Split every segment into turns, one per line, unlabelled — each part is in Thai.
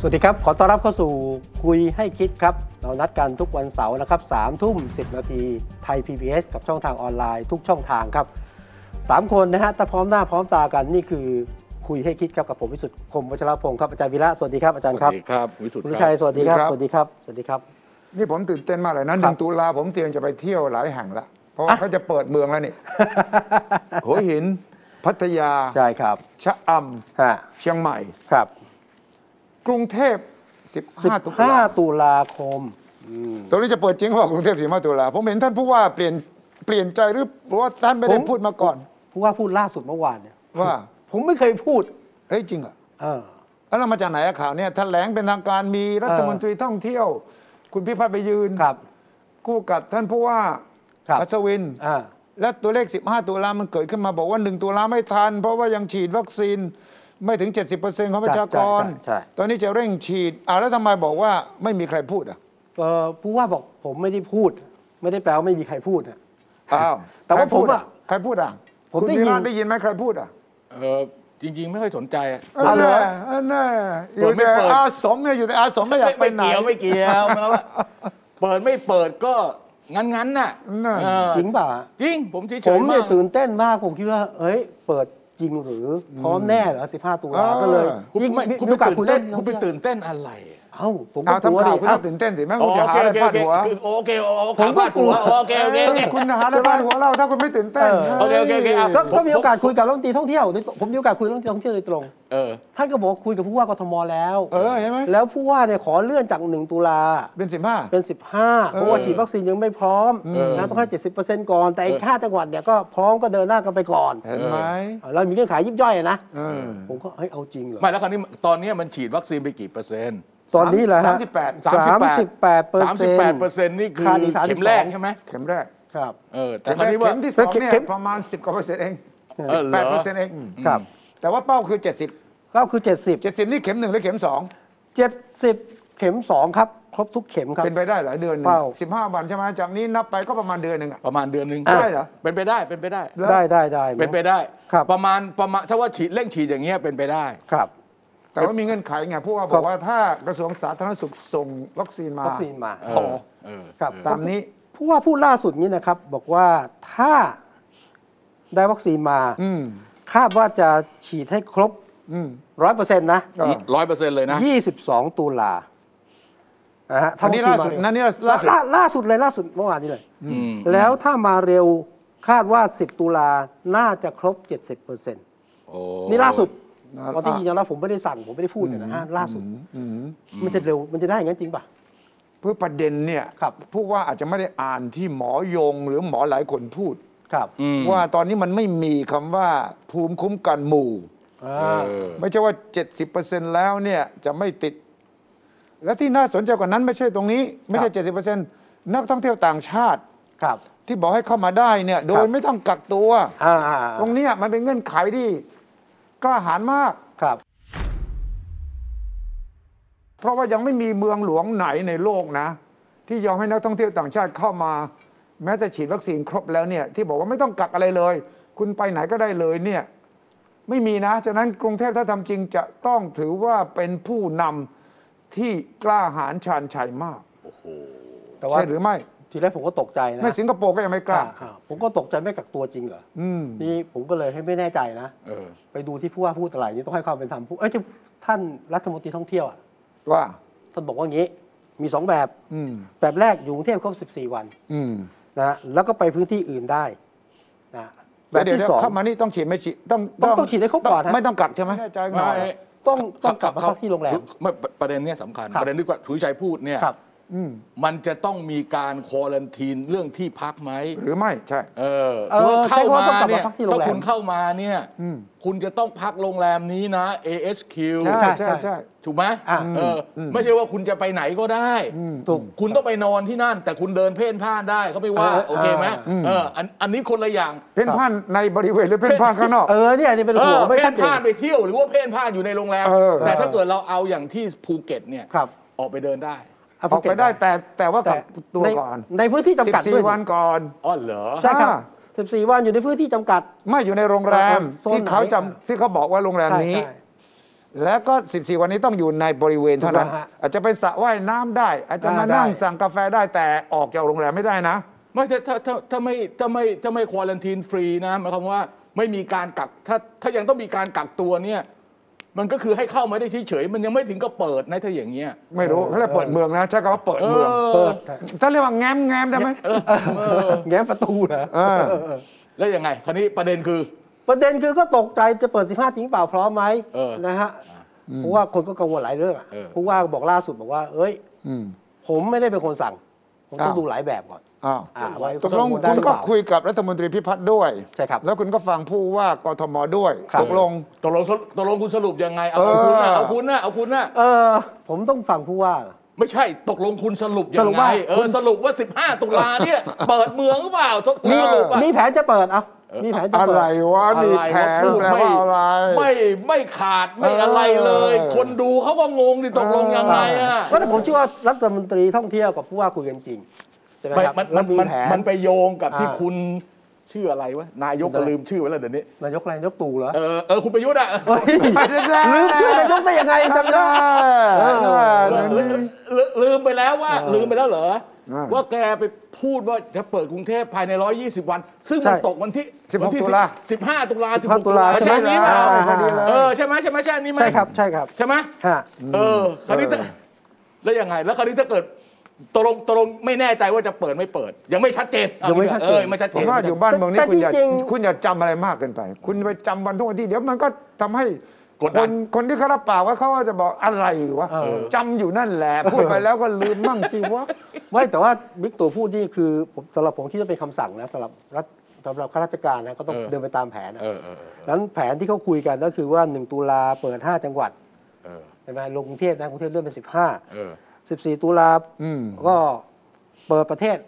สวัสดีครับ ขอต้อนรับเข้าสู่คุยให้คิดครับ เรานัดกันทุกวันเสาร์นะครับสามทุ่มสินาทีไทย PBS กับช่องทางออนไลน์ทุกช่องทางครับสามคนนะฮะแต่พร้อมหน้าพร้อมตากันนี่คือคุยให้คิดครับกับผมวิสุทธิ์คมวัชรพงศ์ครับอาจารย์วีระสวัสดีครับอาจารย์ครับ
สวัสดีครับวิสุท
คุ
ธิ์
ณ
ค
ชั
รั
ย
บ
สวัสดีครับ
ครับ
สวัสดีครับสวัสดีครับ
นี่ผมตื่นเต้นมากเลยนะห
ครั
นึ่
บ
งตุลาผมเตรียมจะไปเที่ยวหลายแห่งละเพราะว่าเขาจะเปิดเมืองแล้วนี่ หัวหิน พัทยา
ใช่ครับ
ชะอ
ฮะ
ำเชียงใหม่
ครับ
กรุงเทพ 15 ตุลา
15ตุลาคม
ตอนนี้จะเปิดจริงเขาบอกกรุงเทพ15ตุลาผมเห็นท่านผู้ว่าเปลี่ยนเปลี่ยนใจหรือว่าท่านไม่ได้
ผม
พูดมาก่อน
ผู้ว่าพูดล่าสุดเมื่อวานเนี่ย
ว่า
ผมไม่เคยพูด
เฮ้ยจริงเหรอ
เออ
แล้วเรามาจากไหนอะข่าวเนี่ยแถลงเป็นทางการมีรัฐมนตรีท่องเที่ยว คุณพิพัฒน์ไปยืน
ครับ
คู่กับท่านผู้ว่า
ครับ
อัศวิน
อ่า
และตัวเลข 15 ตุลามันเกิดขึ้นมาบอกว่า 1 ตุลาไม่ทัน เพราะว่ายังฉีดวัคซีนไม่ถึง 70%ของประชากร
ใช่ใช่ใช่
ตอนนี้จะเร่งฉีดอ่าแล้วทำไมบอกว่าไม่มีใครพูดอ่ะ
เอ่อผู้ว่าบอกผมไม่ได้พูด ไม่ได้แปลว่าไม่มีใครพูดนะ
อ้าว
แต่ว่า
ใครพู
ผ
ด
มอะ
ใครพูดอ่ะ
ผม
คุณ
ได้ยิน
วิราชได้ยินไหมใครพูดอ่ะ
เอ่อจริง ๆ ไม่ค่อยสนใจอะ
อันแน่อันแน่อ
เปิ
ยู่
ดไม่
แต่
เปิด
อาสมเนี่ยอยู่แต่อาสมไม่อยากไปไหน
เกี่ยวไม่เกี่ยวนะครับว่า เปิดไม่เปิดก็งั้นๆน่ะ
นั่น
เออ
จริงเปล่า
จริง ผมเฉยๆ
ผมเนี่ย
มาก
ตื่นเต้นมาก ผมคิดว่า เอ้ย เปิดจริงหรืออพร้อมแน่เหรอ 15 ตุลา
เออ
ก็เลย
คุณ
ยิ่ง
ไม่
มี
คุณ
มีโอ
ไป
กาส
ตื่น
คุณ
เต้
เล่
น
น
คุณไปตื่นเต้นอะไร
เอ้าผมก็
เอา
กลัว
ทำข่าว
ดิ
คุณ
เอ้า
ต้องตื่นเต้นสิแม่
อ๋
คุ
อ
ณจะ
โอ
หา
เค
อะไร
โอเค
พาด
โอ
หัว
เคคือโอเคโอเค
ผมก็
พาด
กลั
หั
ว
วโอเคโอเคโอเค
คุณหาอะไรพาดหัวเราถ้าคุณไม่ตื่นเต้น
โอเคโอเคโอเคอ่ะ
ก็ก็มีโอกาสคุยกับรัฐมนตรีท่องเที่ยวโดยตรงผมมีโอกาสคุยกับรัฐมนตรีท่องเที่ยวโดยตรง
เออ
ท่านก็บอกว่าคุยกับผู้ว่ากทมแล้ว
เออเห็นไหม
แล้วผู้ว่าเนี่ยขอเลื่อนจาก 1 ตุลา
เป็นสิบห้า
เป็น 15 เพราะว่าฉีดวัคซีนยังไม่พร้อมนะต้องให้ 70%ก่อน แต่อีกห้าจังหวัดเนี่ยก็พร้อมก็เดินหน้ากันไปก่อน
เห็นไหม
เรามีเงื่อนไขยิบย่อยอะนะ
เออ
ผมก็เฮ้ยเอาจริงเหรอ
ไม่แล้วคราวนี้ตอนนี้มันฉีดวัคซีนไปกี่เปอร์เซ็นต์
ตอนนี้เหรอฮะ
สามสิบแปด
สามสิบแปดเปอร์เซ็นต์
สามสิบแปดเปอร์เซ็นต์นี่คือ
ขาดอีกสามสิบสอง
เข็มแรกใช่ไหม
เข็มแรก
ครับ
เออแต่
แต่
คราวนี้ว่า
เข็มที่สองเนี่ย
เข็ม
ประมาณ 10กว่าเปอร์เซ็นต์เอง
เออเหรอ
18เปอร์เซ็นต์เอง
ครับ
แต่ว่าเป้าคือ 70
ก็คือ 70
70 นี่เข็มหนึ่งหรือเข็มสอง
70 เข็ม 2 ครับ ครบทุกเข็มครับ
เป็นไปได้เหรอเดือนหนึง
เป้า
สิบห้าวันใช่ไหมจากนี้นับไปก็ประมาณเดือนหนึ่งอ่ะ
ประมาณเดือนหนึ่ง
ใช่เหรอ
เป็นไปได้เป็นไปได้
แล้ว
ได้ได้ได้
เป็นไปได้
ครับ
ประมาณประมาณถ้าว่าฉีดเร่งฉีดอย่างเงี้ยเป็นไปได้
ครับ
แต่ว่ามีเงื่อนไขไงผู้ว่า
ค
บ
รั
อบ กว่าถ้ากระทรวงสาธารณสุขส่งวัคซีนมา
วัคซีนมา
เออเออ
ครับ
ตามนี้
ผู้ว่าพูดล่าสุดนี้นะครับ บอกว่าถ้าได้วัคซีนมา
อืม
คาดว่าจะฉีดให้ครบ
อืม
100%นะ
เออ
ร้อยเปอร์เซ็นต์เลยนะ
22 ตุลานะฮะ
อันนี้ล่าสุดนะนี่ล่าสุด
ล่าล่าสุดเลยล่าสุดเมื่อวานนี้เลย
อืม
แล้วถ้ามาเร็วคาดว่า 10 ตุลาน่าจะครบ 70%
โอ้
นี่ล่าสุดตอนที่ยืนยันแล้วผมไม่ได้สั่งผมไม่ได้พูดเนี่ยนะฮะล่าสุด
อืม
มันจะเร็วมันจะได้อย่างนั้นจริงป่ะ
เพื่อประเด็นเนี่ย
ครับ
ผู้ว่าอาจจะไม่ได้อ่านที่หมอยงหรือหมอหลายคนพูด
ครับ
อืม
ว่าตอนนี้มันไม่มีคำว่าภูมิคุ้มกันหมู่
อ่า
เออ
ไม่ใช่ว่า 70%แล้วเนี่ยจะไม่ติด และที่น่าสนใจกว่านั้นไม่ใช่ตรงนี้ ไม่ใช่ 70%นักท่องเที่ยวต่างชาติ
ครับ
ที่บอกให้เข้ามาได้เนี่ยโด
ค
ย
รับ
ไม่ต้องกักตัว
อ่า
ตรงเนี้ยมันเป็นเงื่อนไขที่กล้าหาญมาก
ครับ
เพราะว่ายังไม่มีเมืองหลวงไหนในโลกนะ ที่ยอมให้นักท่องเที่ยวต่างชาติเข้ามา แม้จะฉีดวัคซีนครบแล้วเนี่ยที่บอกว่าไม่ต้องกักอะไรเลย คุณไปไหนก็ได้เลยเนี่ยไม่มีนะ ฉะนั้นกรุงเทพถ้าทำจริงจะต้องถือว่าเป็นผู้นำที่กล้าหาญชาญชัยมาก
แต่ว่า
ใช่หรือไม่
ทีแรกผมก็ตกใจนะ
ไม่สิงคโปร์ก็ยังไม่กล้า
อ่าอ่าผมก็ตกใจไม่กักตัวจริงเหรอ
อืม
นี่ผมก็เลยให้ไม่แน่ใจนะ
เออ
ไปดูที่ผู้ว่าพูดอะไรนี่ต้องให้ความเป็นธรรมผู้เอ้ยท่านรัฐมนตรีท่องเที่ยวอ่ะ
ว่า
ท่านบอกว่างี้มีสองแบบ
อืม
แบบแรกอยู่กรุงเทพครบ14 วัน
อืม
นะฮะแล้วก็ไปพื้นที่อื่นได้นะแบ
แต่
บ
เดี๋ยว
ที่สอง
เข้ามานี่ต้องฉีดไม่ฉีดต้อง
ต้องต้องฉีดให้ครบก่อนฮะ
ไม่ต้องกักใช่ไหมแน่ใจหน่อย
ไม่
ต้องต้องกลับมา
เข
พักที่โรงแรม
ไม่ประเด็นเนี้ยสำคัญ
ครับ
ประเด็นที่ว่าถุยชัยพูดเนี่ย
ครับ
อืม
มันจะต้องมีการควอลันทีนเรื่องที่พักไหม
หรือไม่ใช่
เออ
เออ
เข้ามา
ใช้คำว่าต้องกลับ
เนี่
มาย พักที่โรงแรม
ถ้าคุณเข้ามาเนี่ย
อืม
คุณจะต้องพักโรงแรมนี้นะ ASQ
ใช่
ใช่
ใช่ใช่
ถูกไหม
อ่ะ
เอออไม่ใช่ว่าคุณจะไปไหนก็ได้
อืม
ถูก
คุณต้องไปนอนที่นั่น แต่คุณเดินเพ่นพ่านได้เขาไม่ว่า
เออ
โอเคไหม
อืม
เอออันอันนี้คนละอย่าง
เพ่นพ่านในบริเวณหรือเพ่นพ่านข้างนอก
เออเนี่ยนี่เป็น
เอ
หั
อ
วไม่
เพ่
ชัด
น
เจ
พ่าน
น
ไปเที่ยวหรือว่าเพ่นพ่านอยู่ในโรงแรม
เออ
แต่
เออ
ถ้าเกิดเราเอาอย่างที่ภูเก็ตเนี่ย
ครับ
ออกไปเดินได้
เา
อ
ภู
อก
เต
ไปได้แต่แต่ว่ากั
แต่
กตัว
ใน
ก่อน
ในพื้นที่จำกัดด้วย
14 วันก่อน
อ้อเหรอ
ใช่ครับ
อ่า
14 วันอยู่ในพื้นที่จำกัด
ไม่อยู่ในโรงแรม
เออโซน
ที่เขาจำ
ไหนอ่ะ
ที่เขาบอกว่าโรงแรม
ใช่
นี้
ใช่
แล้วก็ 14 วันนี้ต้องอยู่ในบริเวณเท่านั้น
ถูกต้องฮะ
อาจจะไปสระว่ายน้ำได้ อาจจะมา
อ่าได้
นั่งสั่งกาแฟได้แต่ออกจากโรงแรมไม่ได้นะ
ไม่ถ้าถ้าถ้าถ้าไม่ถ้าไม่ถ้าไม่ควอลันทีนฟรีนะหมายความว่าไม่มีการกักถ้าถ้ายังต้องมีการกักตัวเนี่ย มันก็คือให้เข้ามาได้เฉยๆมันยังไม่ถึงก็เปิดนะถ้าอย่างเงี้ย
ไม่รู้เขาเรียกเปิดเมืองนะใช้คำว่าเปิด
เอ
เมือง
เปิ
อ
ด
ถ้าเรียกว่าแง้มแง้มได้ไหม
เออ
แง้มประตูเหรอ
เออ
เออเออ
แล้วยังไง คราวนี้ประเด็นคือ
ประเด็นคือก็ตกใจจะเปิด 15จริงเปล่าพร้อมไหม
เออ
นะฮะเพราะว่าคนก็กังวลหลายเรื่องอะ
เออ
ผู้ว่าบอกล่าสุดบอกว่า เอ้ย
อืม
ผมไม่ได้เป็นคนสั่ง ผมต้อง
อ้าว
ดูหลายแบบก่อน
อ้าว
อ่าว่า
ตกลง
ได้
คุณ
หรือ
ก็
เปล่า
คุยกับรัฐมนตรีพิพัฒน์ด้วย
ใช่ครับ
แล้วคุณก็ฟังผู้ว่ากทมด้วย
ครับ
ตกลง
ตกลงตกลงคุณสรุปยังไง เอา
เออ
คุณนะเอาคุณนะเอาคุณนะ
เออ ผมต้องฟังผู้ว่า
ไม่ใช่ตกลงคุณสรุปยั
สรุ
ง
ป
ไง
ว่า
เออสรุปว่า 15 ตุลาเนี่ย เปิดเมืองหรือเปล่าสรุปอะ
มีแผนจะเปิด เอ้ามีแผนจะ
อะ
เปิด
ไรวะมี
อะไร
แผน
พูด
แปลว่าอะไร
ไม่ไม่ขาดไม่อะไรเลย
เออ
คนดูเขาก็งงดิตกลงยังไงอ่ะ
ก็แต่ผมเชื่อว่ารัฐมนตรีท่องเที่ยวกับผู้ว่าคุยกันจริงใช่ไหม
มัน
ครับ
มัน
แล้
มั
วน มี
มัน
แผน
มันไปโยงกับที่
อ่า
คุณชื่ออะไรวะนายก
คุณอะไร
ลืมชื่อไว้แล้วเดี๋ยวนี้
นายกอะไรนายกตู่เหรอ
เออเออคุณประยุทธ์อ่ะ
เฮ้ยลืมชื่อนายกได้ยังไงจำได้
เออเออ
เออ
เออ
ลืมลืมไปแล้วว่า
เออ
ลืมไปแล้วเหรอ
อ่า
ว่าแกไปพูดว่าจะเปิดกรุงเทพภายใน 120 วัน ซึ่งมัน
ใช่
ตกวันที่
16
วันที่
ตุลา
สิบห้าตุลา
สิบห้า
16ตุลา
ตุลา
ใช่ไหม
ใช่ไหม
นี่มา
อ่า
พอดีเลย
เออใช่ไหมใช่ไหมใช่อันนี่ไหม
ใช่ครับใช่ครับ
ใช่ไหม
ฮะ
เออคราวนี้ถ้า
เออ
แล้วยังไง แล้วคราวนี้ถ้าเกิดตกลงตกลงไม่แน่ใจว่าจะเปิดไม่เปิด ยังไม่ชัดเจน
ยังไม่ชัดเจน
ออไม่ชัด
ผ
เจ
ม
น
ว่าอยู่บ้านเมืองนี้
แต่
คุณอย่า
จริงๆ
คุณอย่าจำอะไรมากเกินไป คุณไปจำวันทุกวันที่เดี๋ยวมันก็ทำให้
กด
ค
ดั
น
น
คนที่เขารับปากว่าเขาจะบอกอะไรวะ
เออ
จำอยู่นั่นแหละ พูดไปแล้วก็ลืมมั่งสิวะ
ไม่แต่ว่าบิ๊กตู่พูดนี่คือผมสำหรับผมคิดว่าเป็นคำสั่งนะสำหรับรัฐสำหรับข้าราชการนะก็ต้อง
เออ
เดินไปตามแผนนะ
เออเออเออ
นั้นแผนที่เขาคุยกันก็คือว่า 1 ตุลาเปิด 5 จังหวัด
เออ
ใช่ไหมลงกรุงเทพนะกรุงเทพเลื่อนเป็น
เอ
15
อ
14 ตุลา
อืม
ก็เปิดประเทศ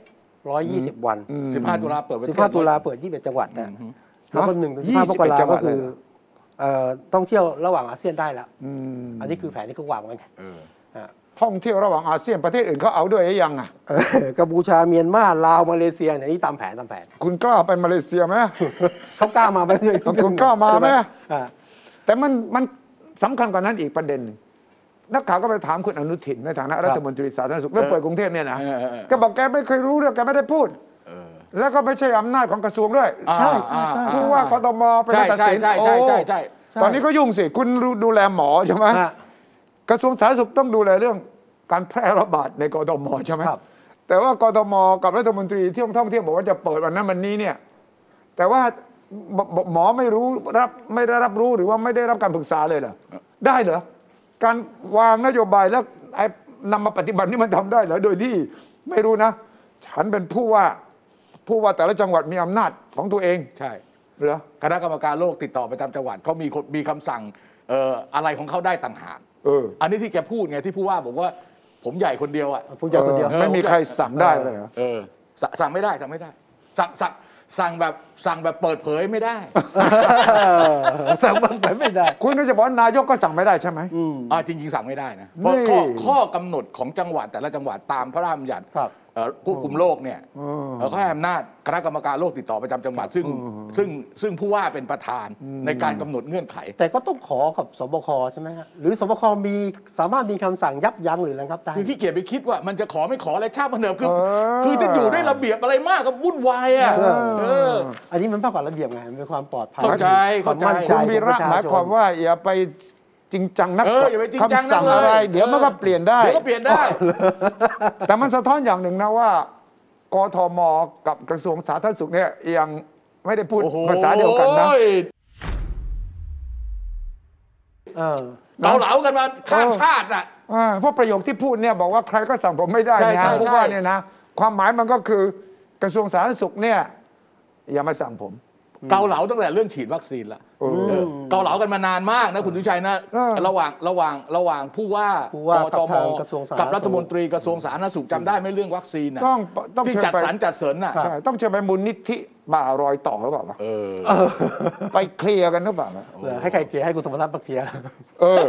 120 วัน
อืม
สิบห้าตุลาเปิดประเทศ
15 ตุลาเปิด 21 จังหวัดนะแล้วก็หนึ่งถึง
ยี่
ห้า
สิ
มก
บเอ็ด
รา
จังหวั
ก็
ดเล
คื
ย
อ
เหรอ
เอ่อท่องเที่ยวระหว่างอาเซียนได้แล้ว
อืม
อันนี้คือแผนที่เขาวางไว้ไง
เออ
อ่ะ
ท่องเที่ยวระหว่างอาเซียนประเทศอื่นเขาเอาด้วยหรือยังอ่ะ
เออกัมพูชาเมียนมาลาวมาเลเซียเนี่ยอันนี้ตามแผนตามแผน
คุณกล้าไปมาเลเซียไหม
เขากล้ามาไหมเนี่ย
เขากล้ามาไหม
อ่า
แต่มันมันสำคัญกว่านั้นอีกประเด็นหนึ่งนักข่าวก็ไปถามคุณอนุทินในฐานะรัฐมนตรีสาธารณสุขเรื่องเปิดกรุงเทพเนี่ยนะ
เออเออเออ
แก็บอกแกไม่เคยรู้เรื่องแกไม่ได้พูด
เออ
แล้วก็ไม่ใช่อำนาจของกระทรวงด้วย
อ่า
ใช่
อ่
ใช่
อ่
ผู้ว่ากทมเป็น
ใช่
คนตัด
ใช่
สิน
ใช่ใช่ใช่ใช่
โอ้ตอนนี้ก็ยุ่งสิ คุณรู้ดูแลหมอใช่ไหม
ฮะ
กระทรวงสาธารณสุขต้องดูแลเรื่องการแพร่ระบาดในกทมใช่ไหม
ครับ
แต่ว่ากทมกับรัฐมนตรีที่ท่องเที่ยวบอกว่าจะเปิดวันนั้นวันนี้เนี่ย แต่ว่าหมอหมอไม่รู้รับไม่ได้รับรู้หรือว่าไม่ได้รับการปรึกษาเลยเหรอได้เหรอการวางนโยบายแล้วไอ้นำมาปฏิบัตินี่มันทำได้เหรอโดยที่ไม่รู้นะ ฉันเป็นผู้ว่าผู้ว่าแต่ละจังหวัดมีอำนาจของตัวเอง
ใช่
เหรอ
คณะกรรมการโรคติดต่อประจำจังหวัดเขามีคนมีคำสั่งเอ่ออะไรของเขาได้ต่างหาก
เออ
อันนี้ที่แกพูดไงที่ผู้ว่าบอกว่าผมใหญ่คนเดียวอ่ะ
ภูมิใจคนเดียว
เออไม่มีใครสั่งได้เลยเหรอ
เออสสั่งไม่ได้สั่งไม่ได้ สั่งสั่งสั่งแบบสั่งแบบเปิดเผยไม่ ได้
แต่มันไปไม่ได้
คุณก็จะบอกว่านายกก็สั่งไม่ได้ใช่ไหม
อืม
อ่าจริง ๆ สั่งไม่ได้นะเพราะข้อ
นี่
ข้อกำหนดของจังหวัดแต่ละจังหวัดตามพระราชบัญญัติ
ครับ
เอ่อควบคุมโรคเนี่ยเอ่อเขาให้อำนาจคณะกรรมการโรคติดต่อประจำจังหวัด ซึ่งซึ่งซึ่งผู้ว่าเป็นประธานในการกำหนดเงื่อนไข
แต่ก็ต้องขอกับสบคใช่ไหมฮะ หรือสบคมีสามารถมีคำสั่งยับยั้งหรือระงับได้
คือขี้เกียจไปคิดว่ามันจะขอไม่ขออะไรช่างมันเถอะคือ
เออ
คือจะอยู่ด้วยระเบียบอะไรมากก็วุ่นวายอ่ะ
เออ
เออ
อันนี้มันมากกว่าระเบียบไง มันเป็นความปลอดภัย
เข้าใจ
ควา
เข้าม ใจ
มั่นใจ
คุณวี
ของป
ระ
ระชา
หมาย
ช
ความ
น
ว่าอย่าไปจริงจังนัก
เอออย่าไปจริงจังนัก
คำสั่งอะไร
เลย
เดี๋ยวมันก็
เออ
เปลี่ยนได้
เดี๋ยวก็เปลี่ยนได้
แต่มันสะท้อนอย่างหนึ่งนะว่า กทมกับกระทรวงสาธารณสุขเนี่ยยังไม่ได้พูด
โอ้โห
ภาษาเดียวกันนะ
เออ
เกาเหลากันมาข้ามชาติอ่ะ
อ่าเพราะประโยคที่พูดเนี่ยบอกว่าใครก็สั่งผมไม่ได้
ใช่
นะ
ใช่ใช่
ผู้ว่าเนี่ยนะความหมายมันก็คือกระทรวงสาธารณสุขเนี่ยอย่ามาสั่งผม
เกาเหลาตั้งแต่เรื่องฉีดวัคซีนละ
เออ
เออเกาเหลากันมานานมากนะคุณสุชัยนะ
เออ
ระหว่างระหว่างระหว่างผู้ว่า
ผู้ว่า
จ
กับทางกระทรวงสาธารณสุข
กับรัฐมนตรีกระทรวงสาธารณสุขจำได้ไหมเรื่องวัคซีนน่ะ
ต้องต้อง
ที่
เชิญ
จัด
ไป
สรรจัดเสรรน่ะ
ใช่ต้องเชิญไปมูลนิธิบ่ารอยต่อหรือเปล่าวะ
เออ
ไปเคลียร์กันหรือเปล่าวะ
เออให้ใครเคลียร์ให้คุณธรรมนัฐมาเคลียร์
เออ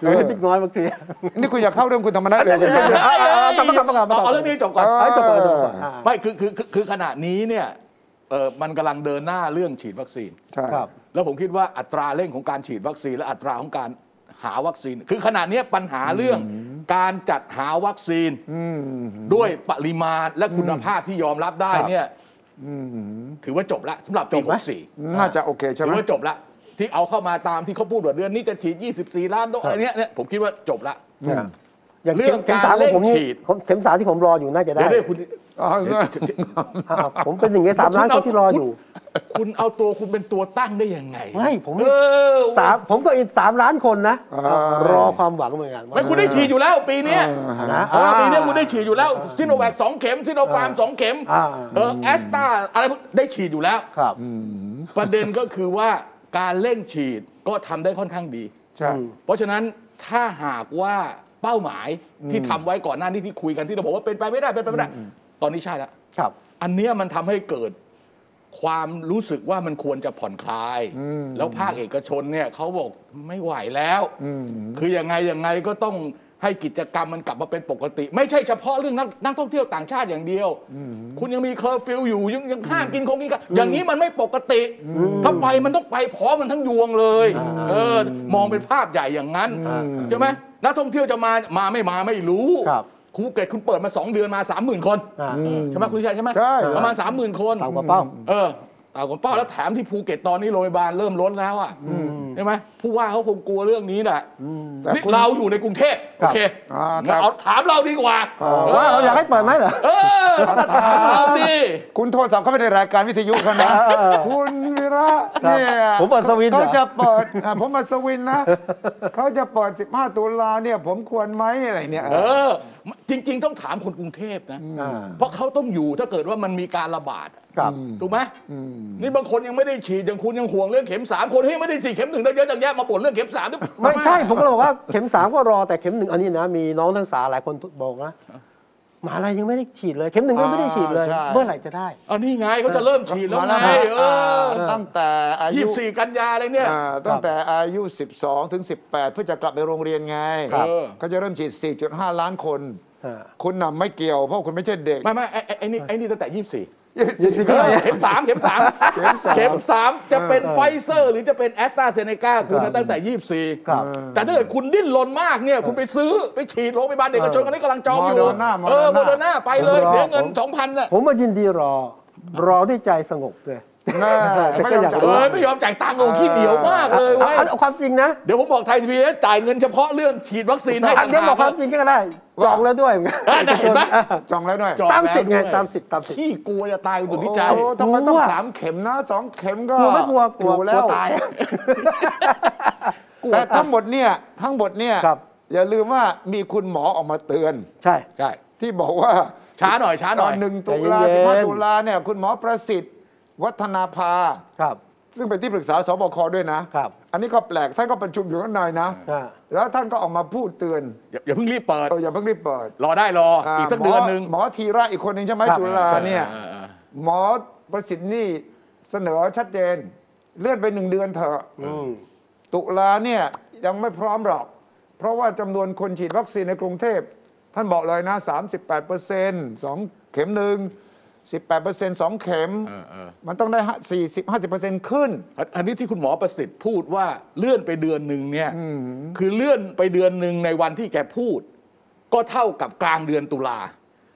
หรือให้บิ๊กน้อยมาเคลียร์
นี่คุณอยากเข้าเรื่องคุณธรรมนัฐเลยนะ
เอาเอากลับมากลับมากลับมา
เอาเอาเรื่องนี้จบก่อน
เาจบก่อนจบก่อนอ่า
ไม่คือคือคือคือขณะนี้เนี่ยเออมันกำลังเดินหน้าเรื่องฉีดวัคซีน
ใช่
ครับ
แล้วผมคิดว่าอัตราเร่งของการฉีดวัคซีน และอัตราของการหาวัคซีน คือขณะเนี้ยปัญหาเรื่องการจัดหาวัคซีน
อืม
ด้วยปริมาณและคุณภาพที่ยอมรับได้เนี่ยถือว่าจบละสำหรับปี
จบไหม
64
น่าจะโอเคใช่
ถื
ไหม
อว่าจบละที่เอาเข้ามาตามที่เขาพูดว่าเดือนนี้จะฉีด 24 ล้านโดสอะไรเนี้ยเนี่ยผมคิดว่าจบละ
อย่าง
เรื่
เข็
อ
ม
ง
เข็มสามของผมนี่
การเร่งฉีด
ผมเข็มสามที่ผมรออยู่น่าจะได้
เดี๋ยวด้วยคุณ
อ๋อ
อ่าผมเป็นหนึ่งในสามล้านคนที่รออยู่
คุณเอาตัวคุณเป็นตัวตั้งได้ยังไง
ไม่ผมไม่
เออ
สามผมก็อีกสามล้านคนนะรอความหวังเหมือนกันว่า
ไม่คุณได้ฉีดอยู่แล้วปีเนี้ย
นะ
เออปีเนี้ย
อ่า
คุณได้ฉีดอยู่แล้วซิโนแวคสองเข็มซิโนฟาร์ม
อ่า
สองเข็ม
อ่า
เออแอสตาอะไรพวกได้ฉีดอยู่แล้ว
ครับ
ประเด็นก็คือว่าการเร่งฉีดก็ทำได้ค่อนข้างดี
ใช่
เพราะฉะนั้นถ้าหากว่าเป้าหมายที่ทำไว้ก่อนหน้านี้ที่คุยกันที่เราบอกว่าเป็นไปไม่ได้เป็นไปไม่ได้ตอนนี้ใช่แล้ว
ครับ
อันเนี้ยมันทำให้เกิดความรู้สึกว่ามันควรจะผ่อนคลาย
อืม
แล้วภาคเอกชนเนี่ยเขาบอกไม่ไหวแล้ว
อืม
คือยังไงยังไงก็ต้องให้กิจกรรมมันกลับมาเป็นปกติ ไม่ใช่เฉพาะเรื่องนักนักท่องเที่ยวต่างชาติอย่างเดียว คุณยังมีเคอร์ฟิวอยู่ยังยังห้ามกินของกินกันอย่างนี้มันไม่ปกติ ถ้าไปมันต้องไปพร้อมมันทั้งยวงเลย
อ่า
เออมองเป็นภาพใหญ่อย่างนั้น
อืม
ใช่ไหมนักท่องเที่ยวจะมามาไม่มาไม่รู้
ครับ
ภูเก็ตคุณเปิดมาสองเดือนมาสามหมื่นคน
อ่า
ใช่ไหมคุณชัยใช่ไหม
ใช่
ประมาณสามหมื่นคน
ต่ำกว่าเป้า
เออต่ำกว่าเป้าแล้วแถมที่ภูเก็ตตอนนี้โรงพยาบาลเริ่มล้นแล้วอ่ะใช่ไหมผู้ว่าเขาคงกลัวเรื่องนี้แหละ
แต่
นี่
คุณ
เราอยู่ในกรุงเทพ
ค
โอ
รับ
เค
อ่าแต่
เอาถามเราดีกว่า
ว่าเราอยากให้เปิดไหมเหรอ
เออถามเราดิ
คุณโทรศัพท์เข้าไปในรายการวิทยุเขานะ
เออเออ
คุณวีระ
ครับ
เนี่ย
ผมอัศวิน
เขา
เหรอ
จะเปิดอ่ะผมอัศวินนะ เขาจะเปิด 15 ตุลาเนี่ย ผมควรไหมอะไรเนี่ย
เออ จริง ๆ ต้องถามคนกรุงเทพนะ
อ่า
เพราะเขาต้องอยู่ถ้าเกิดว่ามันมีการระบาดอะ
ครับ
ถูกไหมนี่บางคนยังไม่ได้ฉีดอย่างคุณยังห่วงเรื่องเข็มสามคนที่ไม่ได้ฉีดเข็มหนึ่งตั้งเยอะตั้งแยะมาปวดเรื่องเข็มสามด้วย
ไม่ใช่ผมก็เลยบอกว่าเข็มสามก็รอแต่เข็มหนึ่งอันนี้นะ มีน้องนักศึกษาหลายคนบอกนะมหาลัยยังไม่ได้ฉีดเลย เข็มหนึ่งก็ไม่ได้ฉีดเลย เมื่อไหร่จะได้
อันนี้ไงเขาจะเริ่มฉีดแล้วไงเออ
ตั้งแต่อา
ยี่
ยุ
สิบสี่กันยาอะไรเนี่ย
อ่าตั้งแต่อายุ 12 ถึง 18 เพื่อจะกลับไปโรงเรียนไง
ครับ
เขาจะเริ่มฉีด 4.5 ล้านคน
อ่า
คุณน่ะไม่เกี่ยวเพราะคุณไม่ใช่เด็ก
ไม่ไม่ไอ้ไอ้ไอ้นี่ไอ้นี่ตั้งแต่ยี่สิบสี่
จริงๆก็ได้
เข็มสามเข็มสาม
เข็มสาม
เข็มสามจะเป็นไฟเซอร์ หรือจะเป็นแอสตราเซเนกาคุณ
ครับ
ตั้งแต่ยี่สิบสี่
ครับ
แต่ถ้าเกิดคุณดิ้นรนมากเนี่ยคุณไปซื้อไปฉีดโรงพยาบาลเอกชนกันนี้กำลังจองอยู่
โมเดอร์น่า
เออ
โม
โม
เด
เด
อ
อ
ร์
ร์
น่า
น่าไปเลยเสียเงินสองพันน่ะ
ผมมายินดีรอ รอด้วยใจสงบเลย
แน่ไม่ยอมจ่าย
เออไม่ยอมจ่ายตังค์ลงขี้เหนียวมากเลย
เอา
เว้ย
เอาความจริงนะ
เดี๋ยวผมบอกไทยทีวีจ่ายเงินเฉพาะเรื่องฉีดวัคซีนให้
อั
ต่าน ง
เดี๋ยวบอก
หาว
คาก มจริงก็ได้จองแล้วด้วยเหมือนกัน
อ่ะได้เห็นไหม
จองแล้วด้วย
จอง
ตามสิทธิ์ไง
แล้วด้วย
ตามสิทธิ์ตามสิทธิ์
ขี้กลัวจะตายคุณสุทธิชัย
โอ้โหทำไมต้อก ง
ลัว
สามเข็มนะสองเข็มก็
กลัวไม่กลัวกลัว
อยู่แล้ว
กลัวตาย
แต่ทั้งหมดเนี่ยทั้งหมดเนี่ย
ครับ
อย่าลืมว่ามีคุณหมอออกมาเตือน
ใช่
ใช่
ที่บอกว่า
ช้าหน่อยช้าห
ต
น่
อ
อน ย
หนึ่งตุลา
ใจเย็น
สิบห้าตุลาเนี่ยคุณหมอประสิทธิ์ วัฒนาภา
ครับ
ซึ่งเป็นที่ปรึกษาสบคด้วยนะครับ อันนี้ก็แปลกท่านก็ประชุมอยู่ข้างในนะ
อ่า
แล้วท่านก็ออกมาพูดเตือน
อย่าอย่าเพิ่งรีบเปิด
เอออย่าเพิ่งรีบเปิด
รอได้รออีกสักเดือนหนึ่ง
หมอธีระอีกคนหนึ่งใช่ไหม
ครับ
จุฬาเนี่ย
ออออ
หมอประสิทธิ์นี่เสนอชัดเจน เลื่อนไปหนึ่งเดือนเถอะตุลาเนี่ยยังไม่พร้อมหรอก เพราะว่าจำนวนคนฉีดวัคซีนในกรุงเทพ ท่านบอกเลยนะ 38เปอร์เซ็นต์สองเข็มหนึ่ง18เปอร์เซ็นต์สองเข็ม
เออเออ
มันต้องได้40 50เปอร์เซ็นต์ขึ้น
อันอันนี้ที่คุณหมอประสิทธิ์พูดว่าเลื่อนไปเดือนหนึ่งเนี่ยคือเลื่อนไปเดือนหนึ่งในวันที่แกพูด ก็เท่ากับกลางเดือนตุลา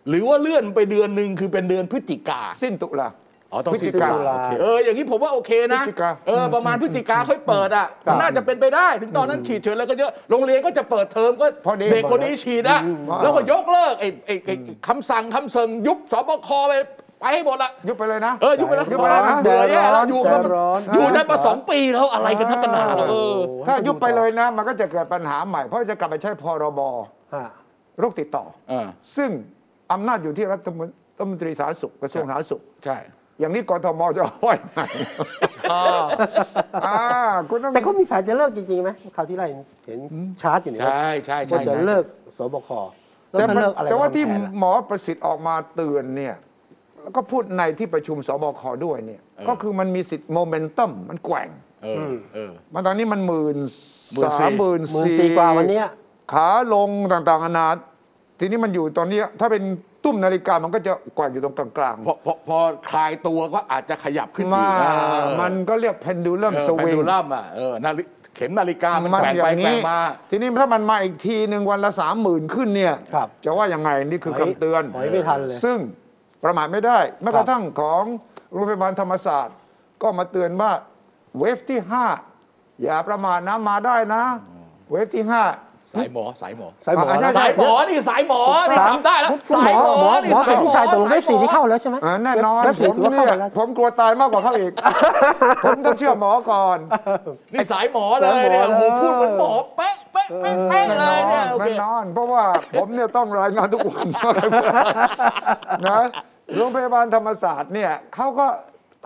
หรือว่าเลื่อนไปเดือนหนึ่งคือเป็นเดือนพฤศจิกา
สิ้นตุลา
อ๋อต้อง
พฤศจิกา
สิ้นตุลโอเคเอออย่างนี้ผมว่าโอเคนะ
พฤศจิกา
เออประมาณพฤศจิกาค่อยเปิดอ่ะมันน่าจะเป็นไปได้ถึงตอนนั้นฉีดเฉยแล้วก็เยอะโรงเรียนก็จะเปิดเทอมก็เด็กคนนี้ฉีดอ่ะแล้วก็ยกเลิกไอ้ไอ้ไอ้คำสั่งคำเสิงยุบสบคไป ไปให้หมดละ
ยุบไปเลยนะ
เอออยู่ไปแล้ว
ยุบไปแล้วนะ
เบื่อแย่แล้วอยู่มา
ใจร้อน
อยู่ได้มาสองปีแล้วอะไรกันทักกันหนา
เออ
เออ
ถ้ายุบไปเลยนะ มันก็จะเกิดปัญหาใหม่ เพราะจะกลับไปใช้พรบ
ฮะ
โรคติดต่อ
เออ
ซึ่งอำนาจอยู่ที่รัฐมนรัฐมนตรีสาธารณสุขกระทรวงสาธารณสุข
ใช่
อย่างนี้กทมจะห้อยไหม
อ่า
อ่าคุณต้อง
แต่เขามีแผนจะเลิกจริงๆไหมคราวที่แล้วเห็นชาร์จอยู่เนี่ย
ใช่ใช่
ว่า
ใช่
จะ
ใช่
เลิกสบคแล้ว
แต่
จะ
มัน
เลิกอะไร
แต่ว่าที่
ตมผนล่ะ
หมอประสิทธิ์ออกมาเตือนเนี่ยแล้วก็พูดในที่ประชุมสบคด้วยเนี่ย
เออ
ก็คือมันมีสิทธิ์โมเมนตัมมันแกว่ง
เออเออ
มันตอนนี้มันหมื่น
14,000
สามหมื่น
หมื่น
สี่
สี่กว่าวันเนี้ย
ขาลงต่างๆนานาทีนี้มันอยู่ตอนนี้ถ้าเป็นตุ้มนาฬิกามันก็จะแกว่งอยู่ตรงกลาง
พอพอพอคลายตัวก็อาจจะขยับขึ้น
ๆ
อี
มาก
อ่า
มันก็เรียกเพนดูลัมส
เออไป
วิง
ดูล่ำอ่ะเออนาฬิเข็มนาฬิกามัน
มัน
แก
อ
ว่ง
ย่า
ไป
ง
แกว่
นี้
งมา
ทีนี้ถ้ามันมาอีกทีหนึ่งวันละสามหมื่นขึ้นเนี่ย
ครับ
จะว่ายังไงนี่คือคำเตือน
ถอยไม่ทันเลย
ซึ่งประมาทไม่ได้แม้
ค
ก
รับ
ระทั่งของโรงพยาบาลธรรมศาสตร์ ก็มาเตือนว่าเวฟที่ 5 อย่าประมาทนะมาได้นะ เวฟที่
สายหมอสายหมอ
สายหมอ
อ่ะใช่
นะ
สายหมอนี่สายหมอนี่จำได้แล้ว
คุณ
สาย
ห
ห
มอ
มอ
หมอ
นี่
หมอ
สา
สุ
ย
ท
หม
ธิ
อ
ชัยตกลง
สา
เว็
ย
บ
หมอ
สี่ที่เข้าแล้วใช่ไหม
5อ่าแน่นอน
เว็บ
ผม
เว็บสี่ถือ
เนี่
ว่าเข้าย ไปแล้ว
ผมกลัวตายมากกว่าเขา อีก ผมต้องเชื่อหมอก่อน
นี่สายหมอเลยเนี่ย
สายหมอเลย
โอ้โหพูดเหมือนหมอเป๊ะเป๊ะเป๊ะเป๊ะเลยเนี่ยโอเค
แน่นอน เพราะว่าผมเนี่ยต้องรายงานทุกวันนะ โรงพยาบาลธรรมศาสตร์เนี่ยเขาก็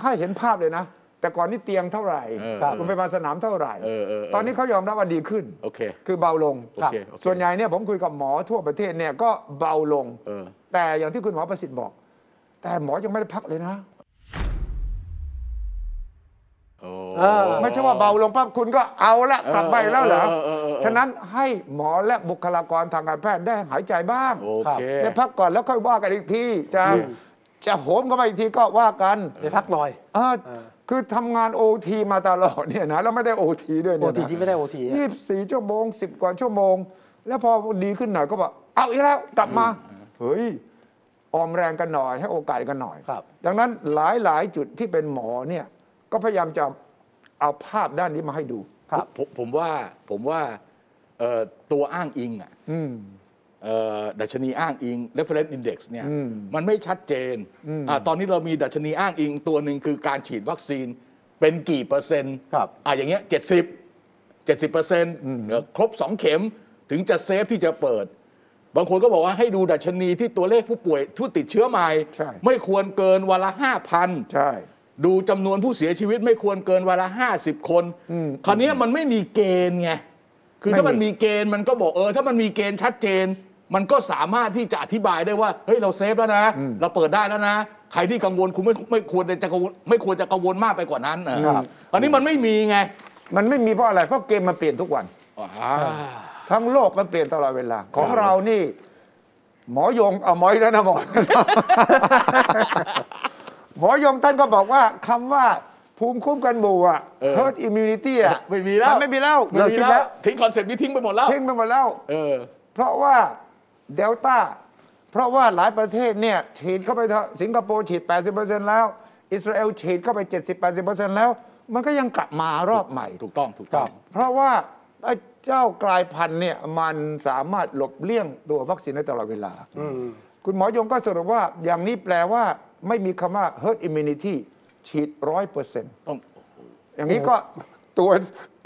ให้เห็นภาพเลยนะ แต่ก่อนนี่เตียงเท่าไหร่
เออ
ครับ
โรงพยาบาลสนามเท่าไหร่
เออเออเออ
ตอนนี้เขายอมรับว่าดีขึ้น
โอเค
คือเบาลง
โอเคโอเค
ส่วนใหญ่เนี่ยผมคุยกับหมอทั่วประเทศเนี่ยก็เบาลง
เออ
แต่อย่างที่คุณหมอประสิทธิ์บอก แต่หมอยังไม่ได้พักเลยนะ
โอ้
ไม่ใช่ว่าเบาลงปั๊บคุณก็เอาละกลับไปแล้วเหรอ
เออเออเออเออ
ฉะนั้นให้หมอและบุคลากรทางการแพทย์ได้หายใจบ้าง
โอเค
ได้พักก่อนแล้วค่อยว่ากันอีกทีจะ
อืม
จะโหมกันไปอีกทีก็ว่ากัน
ไปพักหน่อย
เออ
เออ
คือทำงานโอทีมาตลอดเนี่ยนะแล้วไม่ได้โอทีด้วย
โอ
เนี่ย
ที
นะ
ที่ไม่ได้โอทีอะ
ยี่สิบสี่ชั่วโมงสิบกว่าชั่วโมง แล้วพอดีขึ้นหน่อยก็บอกเอาอีกแล้วกลับมาเฮ้ยออมแรงกันหน่อย ให้โอกาสกันหน่อย
ครับ
ดังนั้นหลายหลายจุดที่เป็นหมอเนี่ยก็พยายามจะเอาภาพด้านนี้มาให้ดู
ครับ
ผมผมว่าผมว่าเอ่อตัวอ้างอิงอ่ะ
อืม
เอ่อดัชนีอ้างอิง reference index เนี่ย
อืม
มันไม่ชัดเจน
อืม
อ่าตอนนี้เรามีดัชนีอ้างอิงตัวหนึ่งคือการฉีดวัคซีนเป็นกี่เปอร์เซ็นต์
ครับ
อ่ะอย่างเงี้ยเจ็ดสิบเจ็ดสิบเปอร์เซ็นต์ครบสองเข็มถึงจะเซฟที่จะเปิด บางคนก็บอกว่าให้ดูดัชนีที่ตัวเลขผู้ป่วยผู้ติดเชื้อใหม่
ใช่
ไม่ควรเกินวันละห้าพัน
ใช่
ดูจำนวนผู้เสียชีวิตไม่ควรเกินวันละห้าสิบคน
อืม
คราวเนี้ยมันไม่มีเกณฑ์ไง คือถ้า
ไม่มี
มันมีเกณฑ์มันก็บอกเออ ถ้ามันมีเกณฑ์ชัดเจน มันก็สามารถที่จะอธิบายได้ว่าเฮ้ยเราเซฟแล้วนะ เราเปิดได้แล้วนะ ใครที่กังวลคุณไม่ไม่ควรจะกังวลไม่ควรจะกังวลมากไปกว่านั้นอ่ะ
ครับ
อันนี้มันไม่มีไง
มันไม่มีเพราะอะไรเพราะเกมมันเปลี่ยนทุกวัน
อ่า
ทั้งโลกมันเปลี่ยนตลอดเวลา ของ
ครับ
เรานี่ หมอยงเอาหมอย แล้วนะหมอ หมอยงท่านก็บอกว่าคำว่าภูมิคุ้มกันหมู่อะ herd immunity อะ
ไม่มีแล้ว
นไม่มีแล้ว
ไม่มี
คิด
แล้ว ทิ้งคอนเซปต์นี้ทิ้งไปหมดแล้ว
เท่งไปหมดแล้ว
เออ
เพราะว่าเดลต้า เพราะว่าหลายประเทศเนี่ย ฉีดเข้าไปเถอะสิงคโปร์ฉีด 80%แล้ว อิสราเอลฉีดเข้าไป 70-80%แล้ว มันก็ยังกลับมารอบใหม่
ถูกต้อง ถูกต้อง
เพราะว่าไอ้เจ้ากลายพันธุ์เนี่ยมันสามารถหลบเลี่ยงตัววัคซีนได้ตลอดเวลา
อืม
คุณหมอยงก็สรุปว่าอย่างนี้แปลว่าไม่มีคำว่า herd immunity ฉีดร้อยเปอร์เซ็นต์
ต้อง
อย่างนี้ก็ตัว